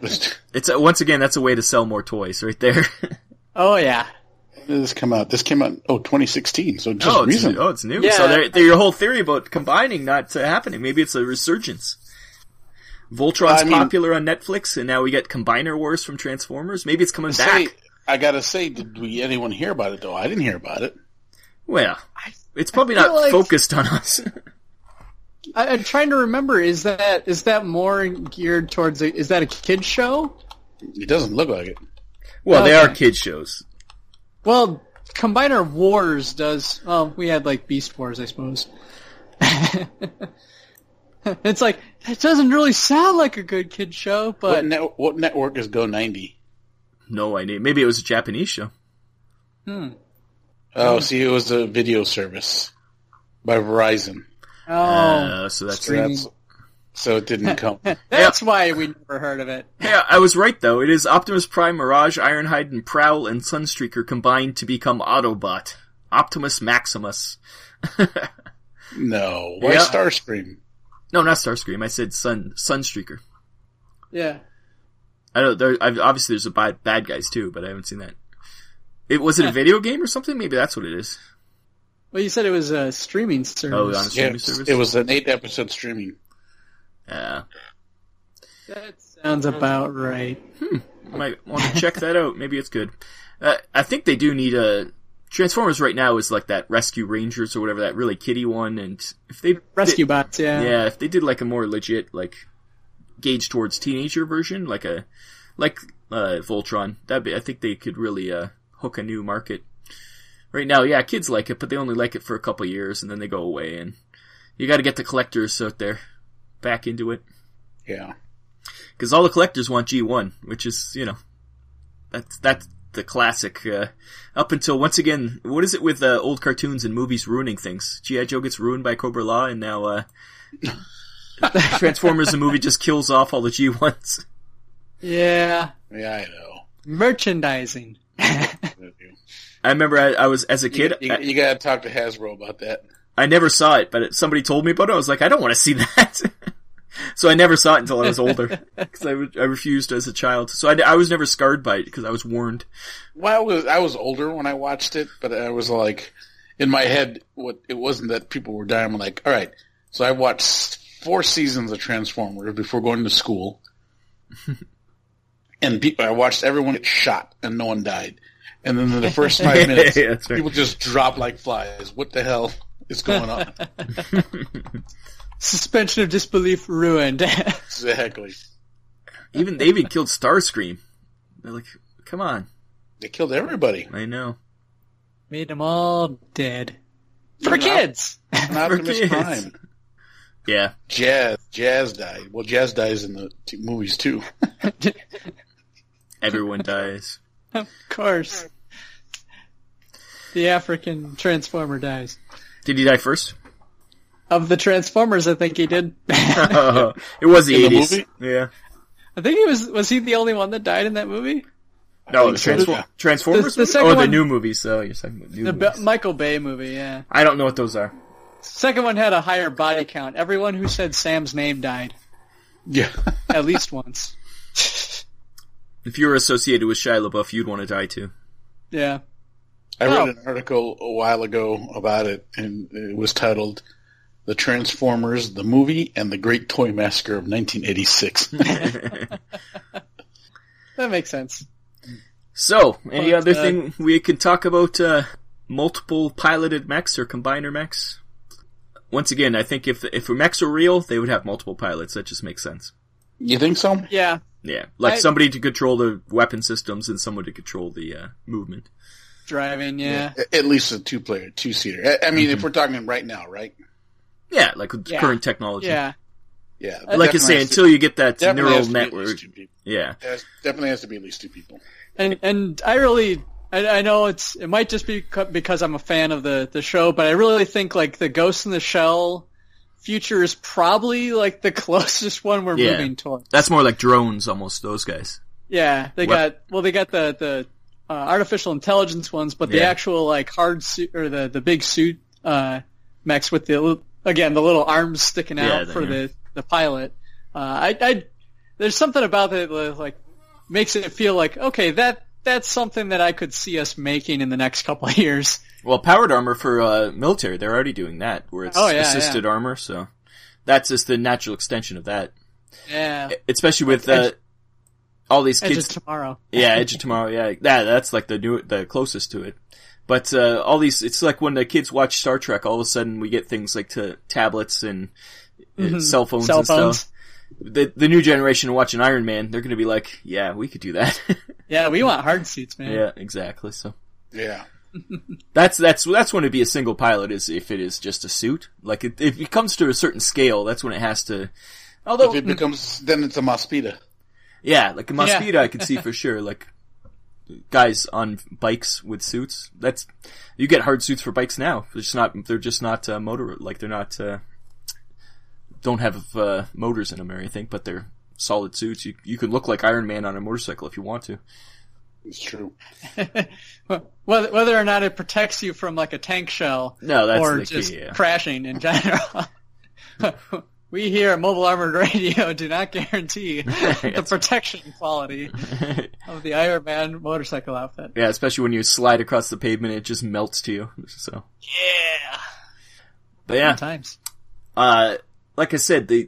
Speaker 2: Just-
Speaker 4: It's uh, once again that's a way to sell more toys right there.
Speaker 3: Oh yeah.
Speaker 2: when did this come out? This came out oh 2016, so just
Speaker 4: oh, it's,
Speaker 2: recently.
Speaker 4: oh, it's new.
Speaker 3: Yeah.
Speaker 4: So there, there, your whole theory about combining not uh, happening. Maybe it's a resurgence. Voltron's
Speaker 2: I mean-
Speaker 4: popular on Netflix, and now we get Combiner Wars from Transformers. Maybe it's coming
Speaker 2: say,
Speaker 4: back.
Speaker 2: I gotta say, did we anyone hear about it though? I didn't hear about it.
Speaker 4: Well, it's probably
Speaker 3: I
Speaker 4: not
Speaker 3: feel like-
Speaker 4: focused on us.
Speaker 3: I, I'm trying to remember. Is that is that more geared towards? A, is that a kids show?
Speaker 2: It doesn't look like it.
Speaker 4: well, they
Speaker 3: Okay.
Speaker 4: are kid shows.
Speaker 3: Well, Combiner Wars does. Well, we had like Beast Wars, I suppose. it's like it doesn't really sound like a good kid show,
Speaker 2: What,
Speaker 3: but
Speaker 2: net, what network is Go ninety?
Speaker 4: No idea. Maybe it was a Japanese show.
Speaker 2: Oh, see, it was a video service by Verizon.
Speaker 3: oh,
Speaker 4: Uh, so that's
Speaker 2: So, that's, so it didn't come.
Speaker 3: that's why we never heard of it.
Speaker 4: Yeah, I was right though. It is Optimus Prime, Mirage, Ironhide, and Prowl and Sunstreaker combined to become Autobot. Optimus Maximus.
Speaker 2: no, why
Speaker 4: Yeah.
Speaker 2: Starscream?
Speaker 4: No, not Starscream. I said Sun Sunstreaker.
Speaker 3: Yeah,
Speaker 4: I don't. There, I've, obviously, there's a bad bad guys too, but I haven't seen that. It was it a video game or something? Maybe that's what it is.
Speaker 3: well, you said it was a streaming service.
Speaker 4: Oh, honestly.
Speaker 2: Yeah,
Speaker 4: Streaming service?
Speaker 2: it was an eight episode streaming.
Speaker 4: Uh,
Speaker 3: that sounds about right.
Speaker 4: might want to check that out. Maybe it's good. Uh, I think they do need a Transformers right now is like that Rescue Rangers or whatever that really kiddie one, and if they
Speaker 3: Rescue bots, yeah.
Speaker 4: yeah, if they did like a more legit like gauge towards teenager version, like a like uh, Voltron, that be I think they could really uh, hook a new market. Right now, yeah, kids like it, but they only like it for a couple years and then they go away, and you got to get the collectors out there back into it
Speaker 2: Yeah.
Speaker 4: because all the collectors want G1, which is you know, that's that's the classic. Uh, up until once again, what is it with uh, old cartoons and movies ruining things? GI Joe gets ruined by Cobra Law, and now uh, Transformers the movie just kills off all the G1s.
Speaker 3: Yeah.
Speaker 2: Yeah, I know.
Speaker 3: Merchandising.
Speaker 4: I remember I, I was as a
Speaker 2: You,
Speaker 4: kid,
Speaker 2: you,
Speaker 4: I,
Speaker 2: you gotta talk to Hasbro about that.
Speaker 4: I never saw it, but it, somebody told me about it. I was like, I don't want to see that. So I never saw it until I was older, because I, re- I refused as a child. So I, I was never scarred by it, because I was warned.
Speaker 2: Well, I was I was older when I watched it, but I was like, in my head, what it wasn't that people were dying. I'm like, all right, so I watched four seasons of Transformers before going to school, and people, I watched everyone get shot and no one died, and then in the first five minutes,
Speaker 4: Yeah, that's right.
Speaker 2: people just drop like flies. What the hell is going on?
Speaker 3: Suspension of disbelief ruined.
Speaker 2: exactly.
Speaker 4: Even they even killed Starscream. They're like, come on,
Speaker 2: They killed everybody.
Speaker 4: I know.
Speaker 3: Made them all dead. For
Speaker 2: Not-
Speaker 3: kids.
Speaker 2: Not
Speaker 4: For
Speaker 2: to miss
Speaker 4: kids.
Speaker 2: prime.
Speaker 4: Yeah,
Speaker 2: Jazz, Jazz died. Well, Jazz dies in the t- movies too.
Speaker 4: everyone dies.
Speaker 3: of course. The African Transformer dies.
Speaker 4: Did he die first?
Speaker 3: Of the Transformers, I think he did. I
Speaker 4: it was the
Speaker 2: In the
Speaker 4: eighties. Yeah.
Speaker 3: think he was, was he the only one that died in that movie?
Speaker 4: No,
Speaker 2: think
Speaker 4: the
Speaker 2: so,
Speaker 4: Transform-
Speaker 2: yeah.
Speaker 4: Oh, Transformers.
Speaker 3: The- the
Speaker 4: movie?
Speaker 3: second
Speaker 4: oh, the
Speaker 3: one-
Speaker 4: new movies. So you're talking about new
Speaker 3: The
Speaker 4: movies.
Speaker 3: Be- Michael Bay movie, yeah.
Speaker 4: I don't know what those are.
Speaker 3: Second one had a higher body count. Everyone who said Sam's name died.
Speaker 2: Yeah.
Speaker 3: At least once.
Speaker 4: If you were associated with Shia LaBeouf, you'd want to die too.
Speaker 3: Yeah.
Speaker 2: I
Speaker 3: Oh.
Speaker 2: read an article a while ago about it, and it was titled "The Transformers: The Movie and the Great Toy Massacre of 1986."
Speaker 4: Hmm.
Speaker 3: That makes sense.
Speaker 4: So, any
Speaker 3: But,
Speaker 4: other
Speaker 3: uh,
Speaker 4: thing we can talk about? Uh, multiple piloted mechs or combiner mechs. Once again, I think if if mechs were real, they would have multiple pilots. That just makes sense.
Speaker 2: you think so?
Speaker 3: Yeah.
Speaker 4: Yeah, like
Speaker 3: I-
Speaker 4: somebody to control the weapon systems and someone to control the uh, movement.
Speaker 3: Driving, yeah.
Speaker 2: A- At least a two-player, two-seater. I, I mean, if
Speaker 4: Mm-hmm.
Speaker 2: we're talking right now, right?
Speaker 4: Yeah, like with
Speaker 3: Yeah.
Speaker 4: current technology.
Speaker 3: Yeah.
Speaker 2: Yeah.
Speaker 4: Like you say, until you get that
Speaker 2: definitely
Speaker 4: neural
Speaker 2: has to be at
Speaker 4: network.
Speaker 2: least two people.
Speaker 4: Yeah.
Speaker 2: There's- definitely has to be at least two people.
Speaker 3: And and I really I, I know it's it might just be co- because I'm a fan of the the show, but I really think like the Ghost in the Shell future is probably like the closest one we're
Speaker 4: Yeah.
Speaker 3: moving towards.
Speaker 4: That's more like drones, almost, those guys.
Speaker 3: Yeah, they
Speaker 4: What-
Speaker 3: got well, they got the the uh, artificial intelligence ones, but the
Speaker 4: Yeah.
Speaker 3: actual like hard suit or the the big suit uh, mechs with the li- again the little arms sticking
Speaker 4: Yeah,
Speaker 3: out
Speaker 4: they
Speaker 3: for
Speaker 4: are.
Speaker 3: the the pilot. Uh, I, I there's something about it that like makes it feel like okay that that's something that I could see us making in the next couple of years.
Speaker 4: Well, powered armor for uh, military, they're already doing that, where it's
Speaker 3: Oh, yeah,
Speaker 4: assisted armor, so that's just the natural extension of that.
Speaker 3: Yeah,
Speaker 4: Especially with uh, all these
Speaker 3: Edge
Speaker 4: kids.
Speaker 3: of tomorrow.
Speaker 4: Yeah, Edge of Tomorrow. Yeah, that that's like the new the closest to it. But uh, all these, it's like when the kids watch Star Trek. All of a sudden, we get things like to tablets and uh, cell phones
Speaker 3: Mm-hmm. Cell
Speaker 4: and
Speaker 3: phones.
Speaker 4: stuff. The the new generation watching Iron Man, they're gonna be like, "Yeah, we could do that."
Speaker 3: Yeah, we want hard seats, man.
Speaker 4: yeah, exactly. So
Speaker 2: Yeah.
Speaker 4: that's that's that's when it'd be a single pilot is if it is just a suit. Like it, if it comes to a certain scale, that's when it has to. Although
Speaker 2: If it becomes, then it's a Mospita.
Speaker 4: Yeah, like a Mosquito I could see for sure. Like guys on bikes with suits. That's you get hard suits for bikes now. They're just not. They're just not uh, motor. Like they're not. Uh, don't have uh, motors in them or anything, but they're solid suits. You you can look like Iron Man on a motorcycle if you want to.
Speaker 2: It's true.
Speaker 3: Whether, whether or not it protects you from like a tank shell
Speaker 4: No, that's
Speaker 3: or
Speaker 4: the
Speaker 3: just
Speaker 4: key. Yeah.
Speaker 3: crashing in general. we here at Mobile Armored Radio do not guarantee the
Speaker 4: That's-
Speaker 3: protection quality of the Iron Man motorcycle outfit.
Speaker 4: yeah, especially when you slide across the pavement, it just melts to you. So,
Speaker 3: Yeah.
Speaker 4: but yeah,
Speaker 3: Times.
Speaker 4: uh, like I said, the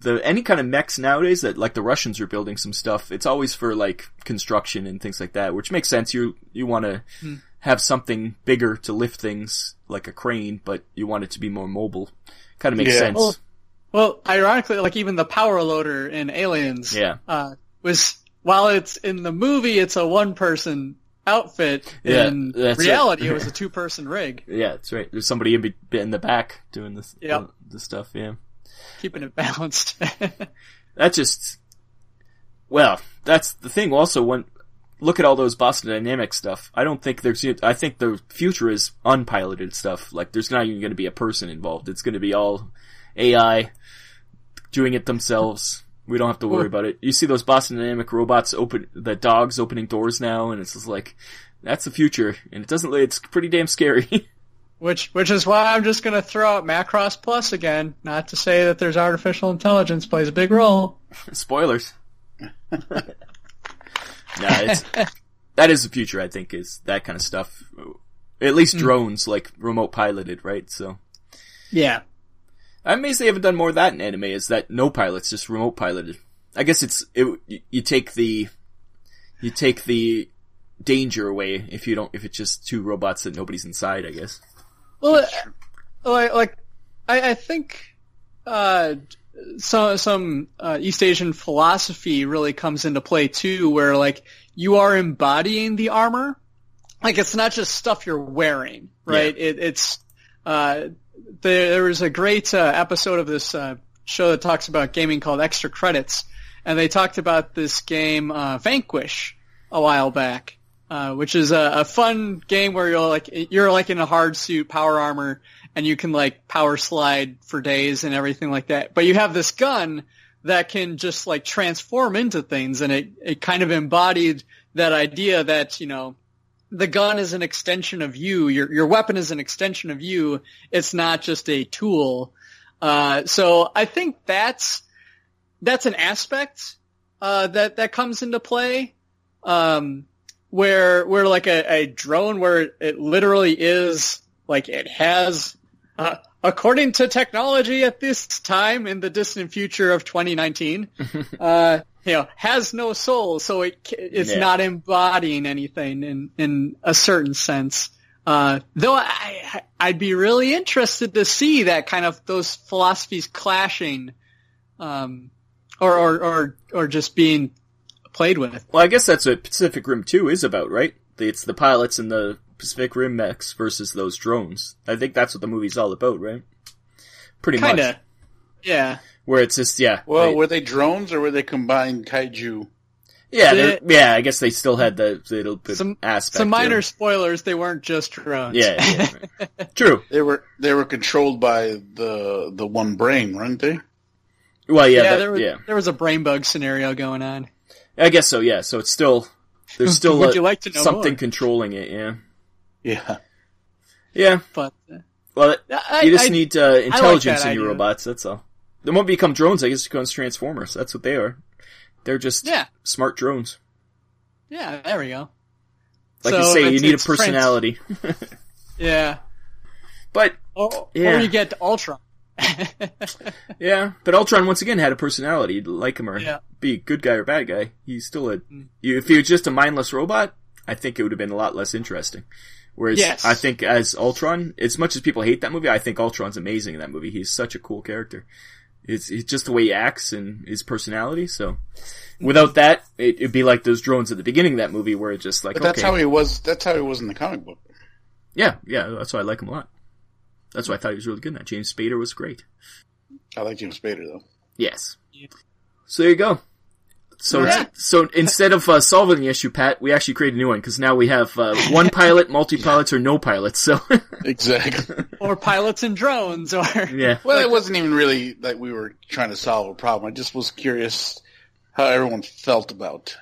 Speaker 4: the any kind of mechs nowadays that like the Russians are building some stuff. It's always for like construction and things like that, which makes sense. You you want to have something bigger to lift things like a crane, but you want it to be more mobile. Kind of makes
Speaker 2: Yeah.
Speaker 4: sense.
Speaker 3: Well- Well, ironically, like even the power loader in Aliens,
Speaker 4: Yeah.
Speaker 3: uh, was while it's in the movie, it's a one-person outfit.
Speaker 4: Yeah,
Speaker 3: in
Speaker 4: that's it.
Speaker 3: reality, it. was a two-person rig,
Speaker 4: yeah, that's right. There's somebody in, be- in the back doing this
Speaker 3: Yeah.
Speaker 4: the, the stuff. Yeah.
Speaker 3: keeping it balanced.
Speaker 4: that just well that's the thing also when look at all those boston dynamic stuff i don't think there's i think the future is unpiloted stuff like there's not even going to be a person involved it's going to be all ai doing it themselves we don't have to worry about it you see those boston dynamic robots open the dogs opening doors now and it's just like that's the future and it doesn't it's pretty damn scary
Speaker 3: Which which is why I'm just gonna throw out Macross Plus again. Not to say that there's artificial intelligence plays a big role.
Speaker 4: Spoilers. no, it's that is the future. I think is that kind of stuff. At least drones, like remote piloted, right? So
Speaker 3: Yeah.
Speaker 4: I'm amazed they haven't done more of that in anime. Is that no pilots, just remote piloted? I guess it's it, you- you take the you take the danger away if you don't if it's just two robots that nobody's inside. I guess.
Speaker 3: Well, uh, like, like I, I think uh, so, some uh, East Asian philosophy really comes into play too, where like you are embodying the armor. Like it's not just stuff you're wearing, right? It, it's uh, there, there was a great uh, episode of this uh, show that talks about gaming called Extra Credits, and they talked about this game uh, Vanquish a while back, uh, which is a, a fun game where you're like you're like in a hard suit, power armor, and you can like power slide for days and everything like that. But you have this gun that can just like transform into things, and it it kind of embodied that idea that you know the gun is an extension of you. Your your weapon is an extension of you. It's not just a tool. Uh, so I think that's that's an aspect uh, that that comes into play, um, where where like a, a drone where it, it literally is like it has, uh, according to technology at this time in the distant future of 2019, uh, you know, has no soul, so it ca- it's
Speaker 4: Yeah.
Speaker 3: not embodying anything in in a certain sense. Uh, though I, I'd be really interested to see that kind of those philosophies clashing, um, or, or, or, or just being played with.
Speaker 4: Well, I guess that's what Pacific Rim 2 is about, right? It's the pilots and the Pacific Rim mechs versus those drones. I think that's what the movie's all about, right? Pretty much.
Speaker 3: Kinda. Yeah.
Speaker 4: Where it's just, yeah.
Speaker 2: Well,
Speaker 4: they-
Speaker 2: were they drones or were they combined kaiju?
Speaker 4: yeah,
Speaker 3: they-
Speaker 4: they're- yeah, I guess they still had the little bit
Speaker 3: Some-
Speaker 4: aspect.
Speaker 3: Some minor
Speaker 4: yeah.
Speaker 3: spoilers. They weren't just drones.
Speaker 4: Yeah, yeah, right. True.
Speaker 2: They were they were controlled by the the one brain, weren't they?
Speaker 4: Well, yeah,
Speaker 3: Yeah,
Speaker 4: that-
Speaker 3: there was,
Speaker 4: yeah.
Speaker 3: there was a brain bug scenario going on.
Speaker 4: I guess so, yeah. So it's still, there's still
Speaker 3: Would
Speaker 4: a-
Speaker 3: you like to know
Speaker 4: something
Speaker 3: more?
Speaker 4: controlling it, yeah.
Speaker 2: Yeah.
Speaker 4: Yeah.
Speaker 3: But uh,
Speaker 4: Well,
Speaker 3: I,
Speaker 4: you just
Speaker 3: I-
Speaker 4: need uh, intelligence in your
Speaker 3: idea.
Speaker 4: robots. That's all. They won't become drones. I guess it becomes transformers. That's what they are. They're just
Speaker 3: Yeah.
Speaker 4: smart drones.
Speaker 3: yeah, there we go.
Speaker 4: Like
Speaker 3: So
Speaker 4: you say, you
Speaker 3: it's-
Speaker 4: need a
Speaker 3: it's Prince.
Speaker 4: personality.
Speaker 3: Yeah.
Speaker 4: but
Speaker 3: Or,
Speaker 4: Yeah.
Speaker 3: or you get Ultron.
Speaker 4: yeah, but Ultron once again had a personality. You'd like him or
Speaker 3: Yeah.
Speaker 4: be a good guy or bad guy. He's still a.
Speaker 2: Mm.
Speaker 4: You, if he was just a mindless robot, I think it would have been a lot less interesting. Whereas
Speaker 3: Yes.
Speaker 4: I think as Ultron, as much as people hate that movie, I think Ultron's amazing in that movie. He's such a cool character. It's, it's just the way he acts and his personality. So without that, it, it'd be like those drones at the beginning of that movie where it just like
Speaker 2: But that's
Speaker 4: okay,
Speaker 2: how he was that's how he was in the comic book.
Speaker 4: yeah, yeah. That's why I like him a lot. That's why I thought he was really good. in that James Spader was great.
Speaker 2: I like James Spader though.
Speaker 4: Yes. So there you go. So
Speaker 3: Yeah.
Speaker 4: so instead of uh, solving the issue, Pat, we actually created a new one because now we have uh, one pilot, multi pilots, or no pilots. So
Speaker 2: Exactly.
Speaker 3: or pilots and drones. Or
Speaker 4: yeah,
Speaker 2: well, it wasn't even really like we were trying to solve a problem. I just was curious how everyone felt about.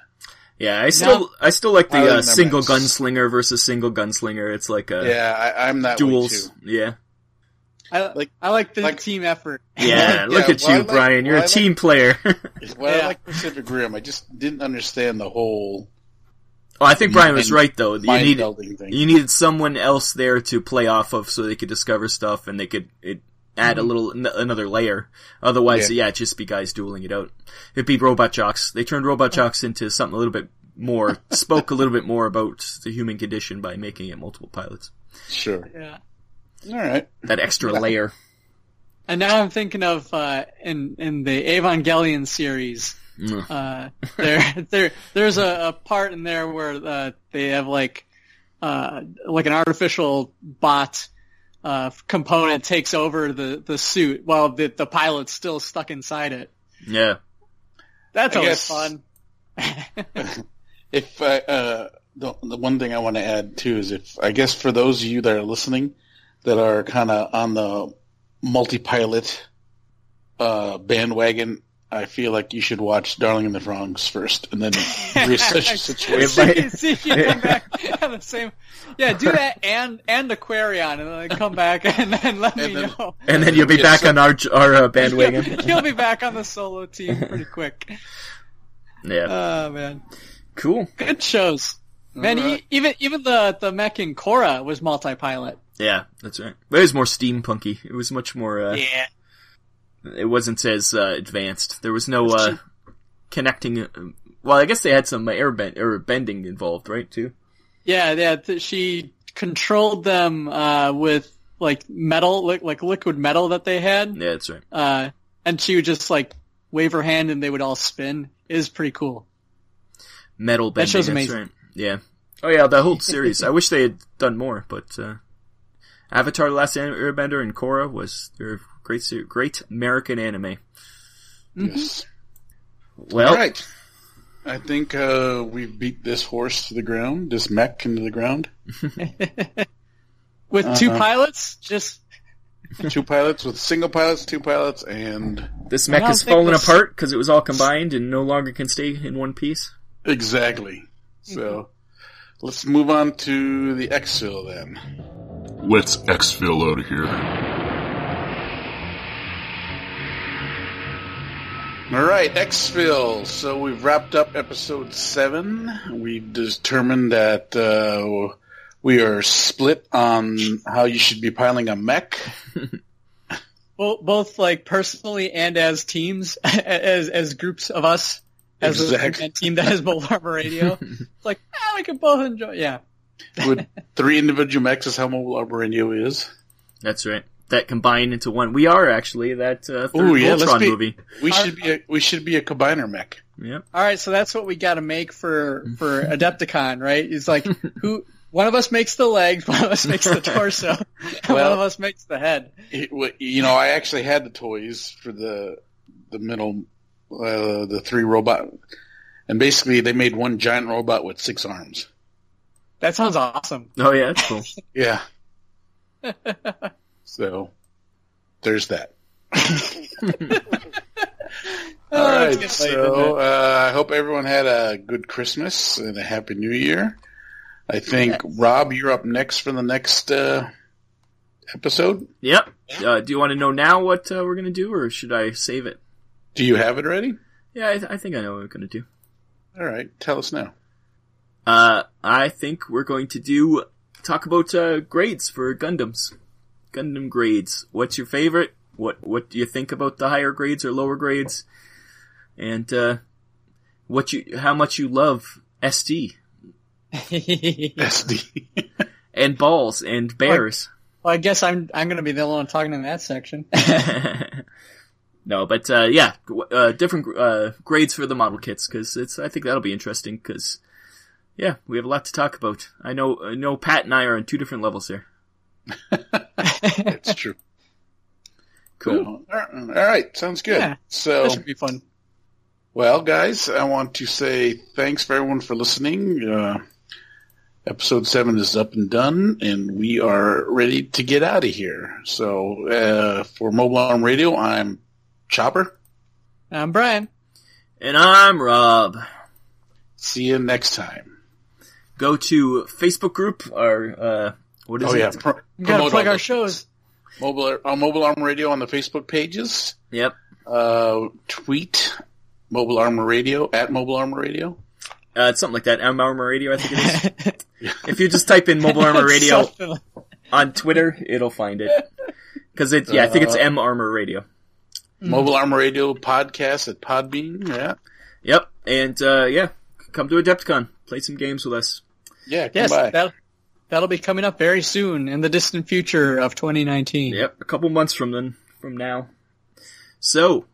Speaker 4: yeah. I still I still like
Speaker 2: I like
Speaker 4: the uh,
Speaker 2: them
Speaker 4: single
Speaker 2: as-
Speaker 4: gunslinger versus single gunslinger. It's like uh,
Speaker 2: Yeah, I, I'm that
Speaker 4: duels.
Speaker 2: way too.
Speaker 4: Yeah,
Speaker 3: I
Speaker 2: Like-
Speaker 3: like, I like the
Speaker 2: like-
Speaker 3: team effort.
Speaker 4: yeah. Look
Speaker 2: yeah,
Speaker 4: at
Speaker 2: well, I
Speaker 4: you,
Speaker 2: like-
Speaker 4: Brian. You're
Speaker 2: well, I
Speaker 4: a
Speaker 2: like-
Speaker 4: team player. oh,
Speaker 2: Well,
Speaker 3: Yeah.
Speaker 2: I like Pacific Rim. I just didn't understand the whole
Speaker 4: I think Brian was
Speaker 2: And
Speaker 4: right though. You
Speaker 2: mind
Speaker 4: need
Speaker 2: melding thing.
Speaker 4: you needed someone else there to play off of so they could discover stuff and they could it add a little n- another layer. Otherwise, Mm-hmm. yeah. it'd just be guys dueling it out. It'd be robot jocks. They turned robot jocks into something a little bit more spoke a little bit more about the human condition by making it multiple pilots.
Speaker 2: Sure.
Speaker 3: Yeah.
Speaker 2: All right.
Speaker 4: That extra layer.
Speaker 3: And now I'm thinking of uh, in in the Evangelion series.
Speaker 4: Mm.
Speaker 3: Uh, there there there's a, a part in there where uh, they have like uh, like an artificial bot uh, component takes over the, the suit while the the pilot's still stuck inside it.
Speaker 4: Yeah.
Speaker 3: That's
Speaker 2: I
Speaker 3: always
Speaker 2: guess-
Speaker 3: fun.
Speaker 2: If I, uh, the, the one thing I want to add too is if I guess for those of you that are listening that are kind of on the multi-pilot uh, bandwagon, I feel like you should watch Darling in the Bronx first and then research the situation.
Speaker 3: see, see if you come back on the same. Yeah, do that and and Aquarion, and then come back and then let
Speaker 2: And
Speaker 3: me
Speaker 2: then-
Speaker 3: know.
Speaker 4: And then you'll be
Speaker 2: Yes,
Speaker 4: back on our our uh, bandwagon.
Speaker 3: He'll be back on the solo team pretty quick.
Speaker 4: yeah.
Speaker 3: Oh man,
Speaker 4: Cool.
Speaker 3: good shows. Man, e- even even the the mech in Korra was multi-pilot.
Speaker 4: Yeah, that's right. But it was more steampunky. It was much more. Uh,
Speaker 3: Yeah,
Speaker 4: It wasn't as uh, advanced. There was no uh, connecting. uh, Well, I guess they had some uh, air bend, air bending involved, right? Too.
Speaker 3: yeah, yeah. th- she controlled them uh, with like metal, li- like liquid metal that they had,
Speaker 4: Yeah, that's right.
Speaker 3: uh, and she would just like wave her hand, and they would all spin. It was pretty cool.
Speaker 4: Metal bending.
Speaker 3: show's
Speaker 4: that's
Speaker 3: amazing.
Speaker 4: right. Yeah. Oh yeah, the whole series. I wish they had done more, but uh, Avatar: The Last Airbender and Korra was their great, se- great American anime.
Speaker 2: Yes.
Speaker 4: Well,
Speaker 2: All right. I think uh, we've beat this horse to the ground, this mech into the ground.
Speaker 3: With two
Speaker 2: Uh-huh.
Speaker 3: pilots, just
Speaker 2: two pilots with single pilots, two pilots, and
Speaker 4: this mech
Speaker 3: don't
Speaker 4: has
Speaker 3: think
Speaker 4: fallen
Speaker 3: this-
Speaker 4: apart because it was all combined and no longer can stay in one piece.
Speaker 2: exactly. So let's move on to the exfil then.
Speaker 1: Let's exfil out of here.
Speaker 2: All right, Xville. So we've wrapped up episode seven. We've determined that uh, we are split on how you should be piling a mech.
Speaker 3: Well, both like personally and as teams, as as groups of us, as
Speaker 2: Exactly.
Speaker 3: a team that has Mobile Armor Radio. it's like, ah, we can both enjoy. Yeah,
Speaker 2: With three individual mechs is how mobile Arbor radio is.
Speaker 4: That's right. That combined into one. We are actually that uh, third
Speaker 2: Ooh, yeah, let's
Speaker 4: Voltron
Speaker 2: be-
Speaker 4: movie.
Speaker 2: We should be a, we should be a combiner mech.
Speaker 4: Yeah.
Speaker 3: all right. So that's what we got to make for for Adepticon, right? It's like who one of us makes the legs, one of us makes the torso, and
Speaker 2: Well-
Speaker 3: one of us makes the head.
Speaker 2: It, wa- you know, I actually had the toys for the the middle, uh, the three robot, and basically they made one giant robot with six arms.
Speaker 3: That sounds awesome.
Speaker 4: Oh yeah, that's cool.
Speaker 2: Yeah. so there's that.
Speaker 3: Oh,
Speaker 2: All
Speaker 3: it's
Speaker 2: right.
Speaker 3: getting late, isn't
Speaker 2: So
Speaker 3: it?
Speaker 2: uh, I hope everyone had a good Christmas and a happy New Year. I think Rob, you're up next for the next uh, episode.
Speaker 4: yep. Uh, do you want to know now what uh, we're gonna do, or should I save it?
Speaker 2: Do you have it ready?
Speaker 4: Yeah, I, th- I think I know what we're gonna do.
Speaker 2: All right, tell us now.
Speaker 4: Uh, I think we're going to do talk about uh, grades for Gundams. Gundam grades. What's your favorite? What What do you think about the higher grades or lower grades? And uh, what you how much you love SD
Speaker 2: SD.
Speaker 4: and balls and bears.
Speaker 3: well, I guess I'm I'm gonna be the only one talking in that section.
Speaker 4: no, but uh, yeah, w- uh, different uh, grades for the model kits because it's. I think that'll be interesting because yeah, we have a lot to talk about. I know. I know Pat and I are on two different levels here.
Speaker 2: That's true.
Speaker 4: Cool.
Speaker 2: So, all right, sounds good.
Speaker 3: Yeah,
Speaker 2: so
Speaker 3: That should be fun.
Speaker 2: Well, guys, I want to say thanks for everyone for listening. Uh, episode seven is up and done, and we are ready to get out of here. So, uh, for Mobile Arm Radio, I'm Chopper.
Speaker 3: I'm Um, Brian.
Speaker 4: And I'm Rob.
Speaker 2: See you next time.
Speaker 4: Go to Facebook group or uh, what is
Speaker 2: Oh
Speaker 4: it?
Speaker 2: yeah, pro-
Speaker 3: We gotta
Speaker 2: promote
Speaker 3: plug
Speaker 2: all
Speaker 3: our
Speaker 2: the-
Speaker 3: shows.
Speaker 2: Mobile on Mobile Arm Radio on the Facebook pages.
Speaker 4: Yep.
Speaker 2: Uh, tweet Mobile Armor Radio at Mobile Armor Radio.
Speaker 4: Uh, it's something like that. M Armor Radio, I think it is. if you just type in Mobile Armor Radio
Speaker 3: Something like-
Speaker 4: on Twitter, it'll find it. Because it, yeah, I think
Speaker 2: Uh,
Speaker 4: it's M Armor Radio.
Speaker 3: Mm-hmm.
Speaker 2: Mobile Armor Radio podcast at Podbean. Yeah.
Speaker 4: Yep, and uh, yeah, come to Adepticon, play some games with us.
Speaker 2: Yeah. Come
Speaker 3: Yes,
Speaker 2: by.
Speaker 3: that that'll be coming up very soon in the distant future of 2019.
Speaker 4: Yep, a couple months from then, from now. So,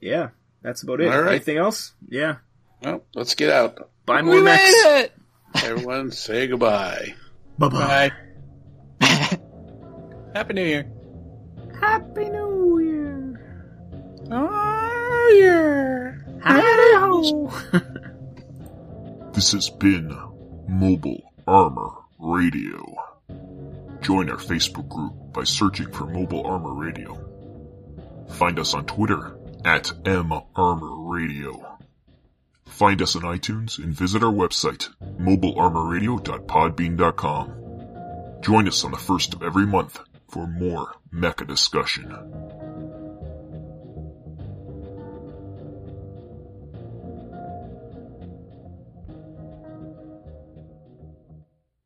Speaker 4: yeah, that's about it.
Speaker 2: All right.
Speaker 4: Anything else? Yeah,
Speaker 2: well, let's get out.
Speaker 4: buy more Max.
Speaker 3: it.
Speaker 2: Everyone say goodbye.
Speaker 4: Bye bye.
Speaker 3: Bye. Happy New Year.
Speaker 5: Happy New Year. Oh, yeah. Hello.
Speaker 1: This has been Mobile Armor Radio. Join our Facebook group by searching for Mobile Armor Radio. Find us on Twitter at MArmor Radio. Find us on iTunes and visit our website, mobilearmorradio.podbean.com. Join us on the first of every month for more mecha discussion.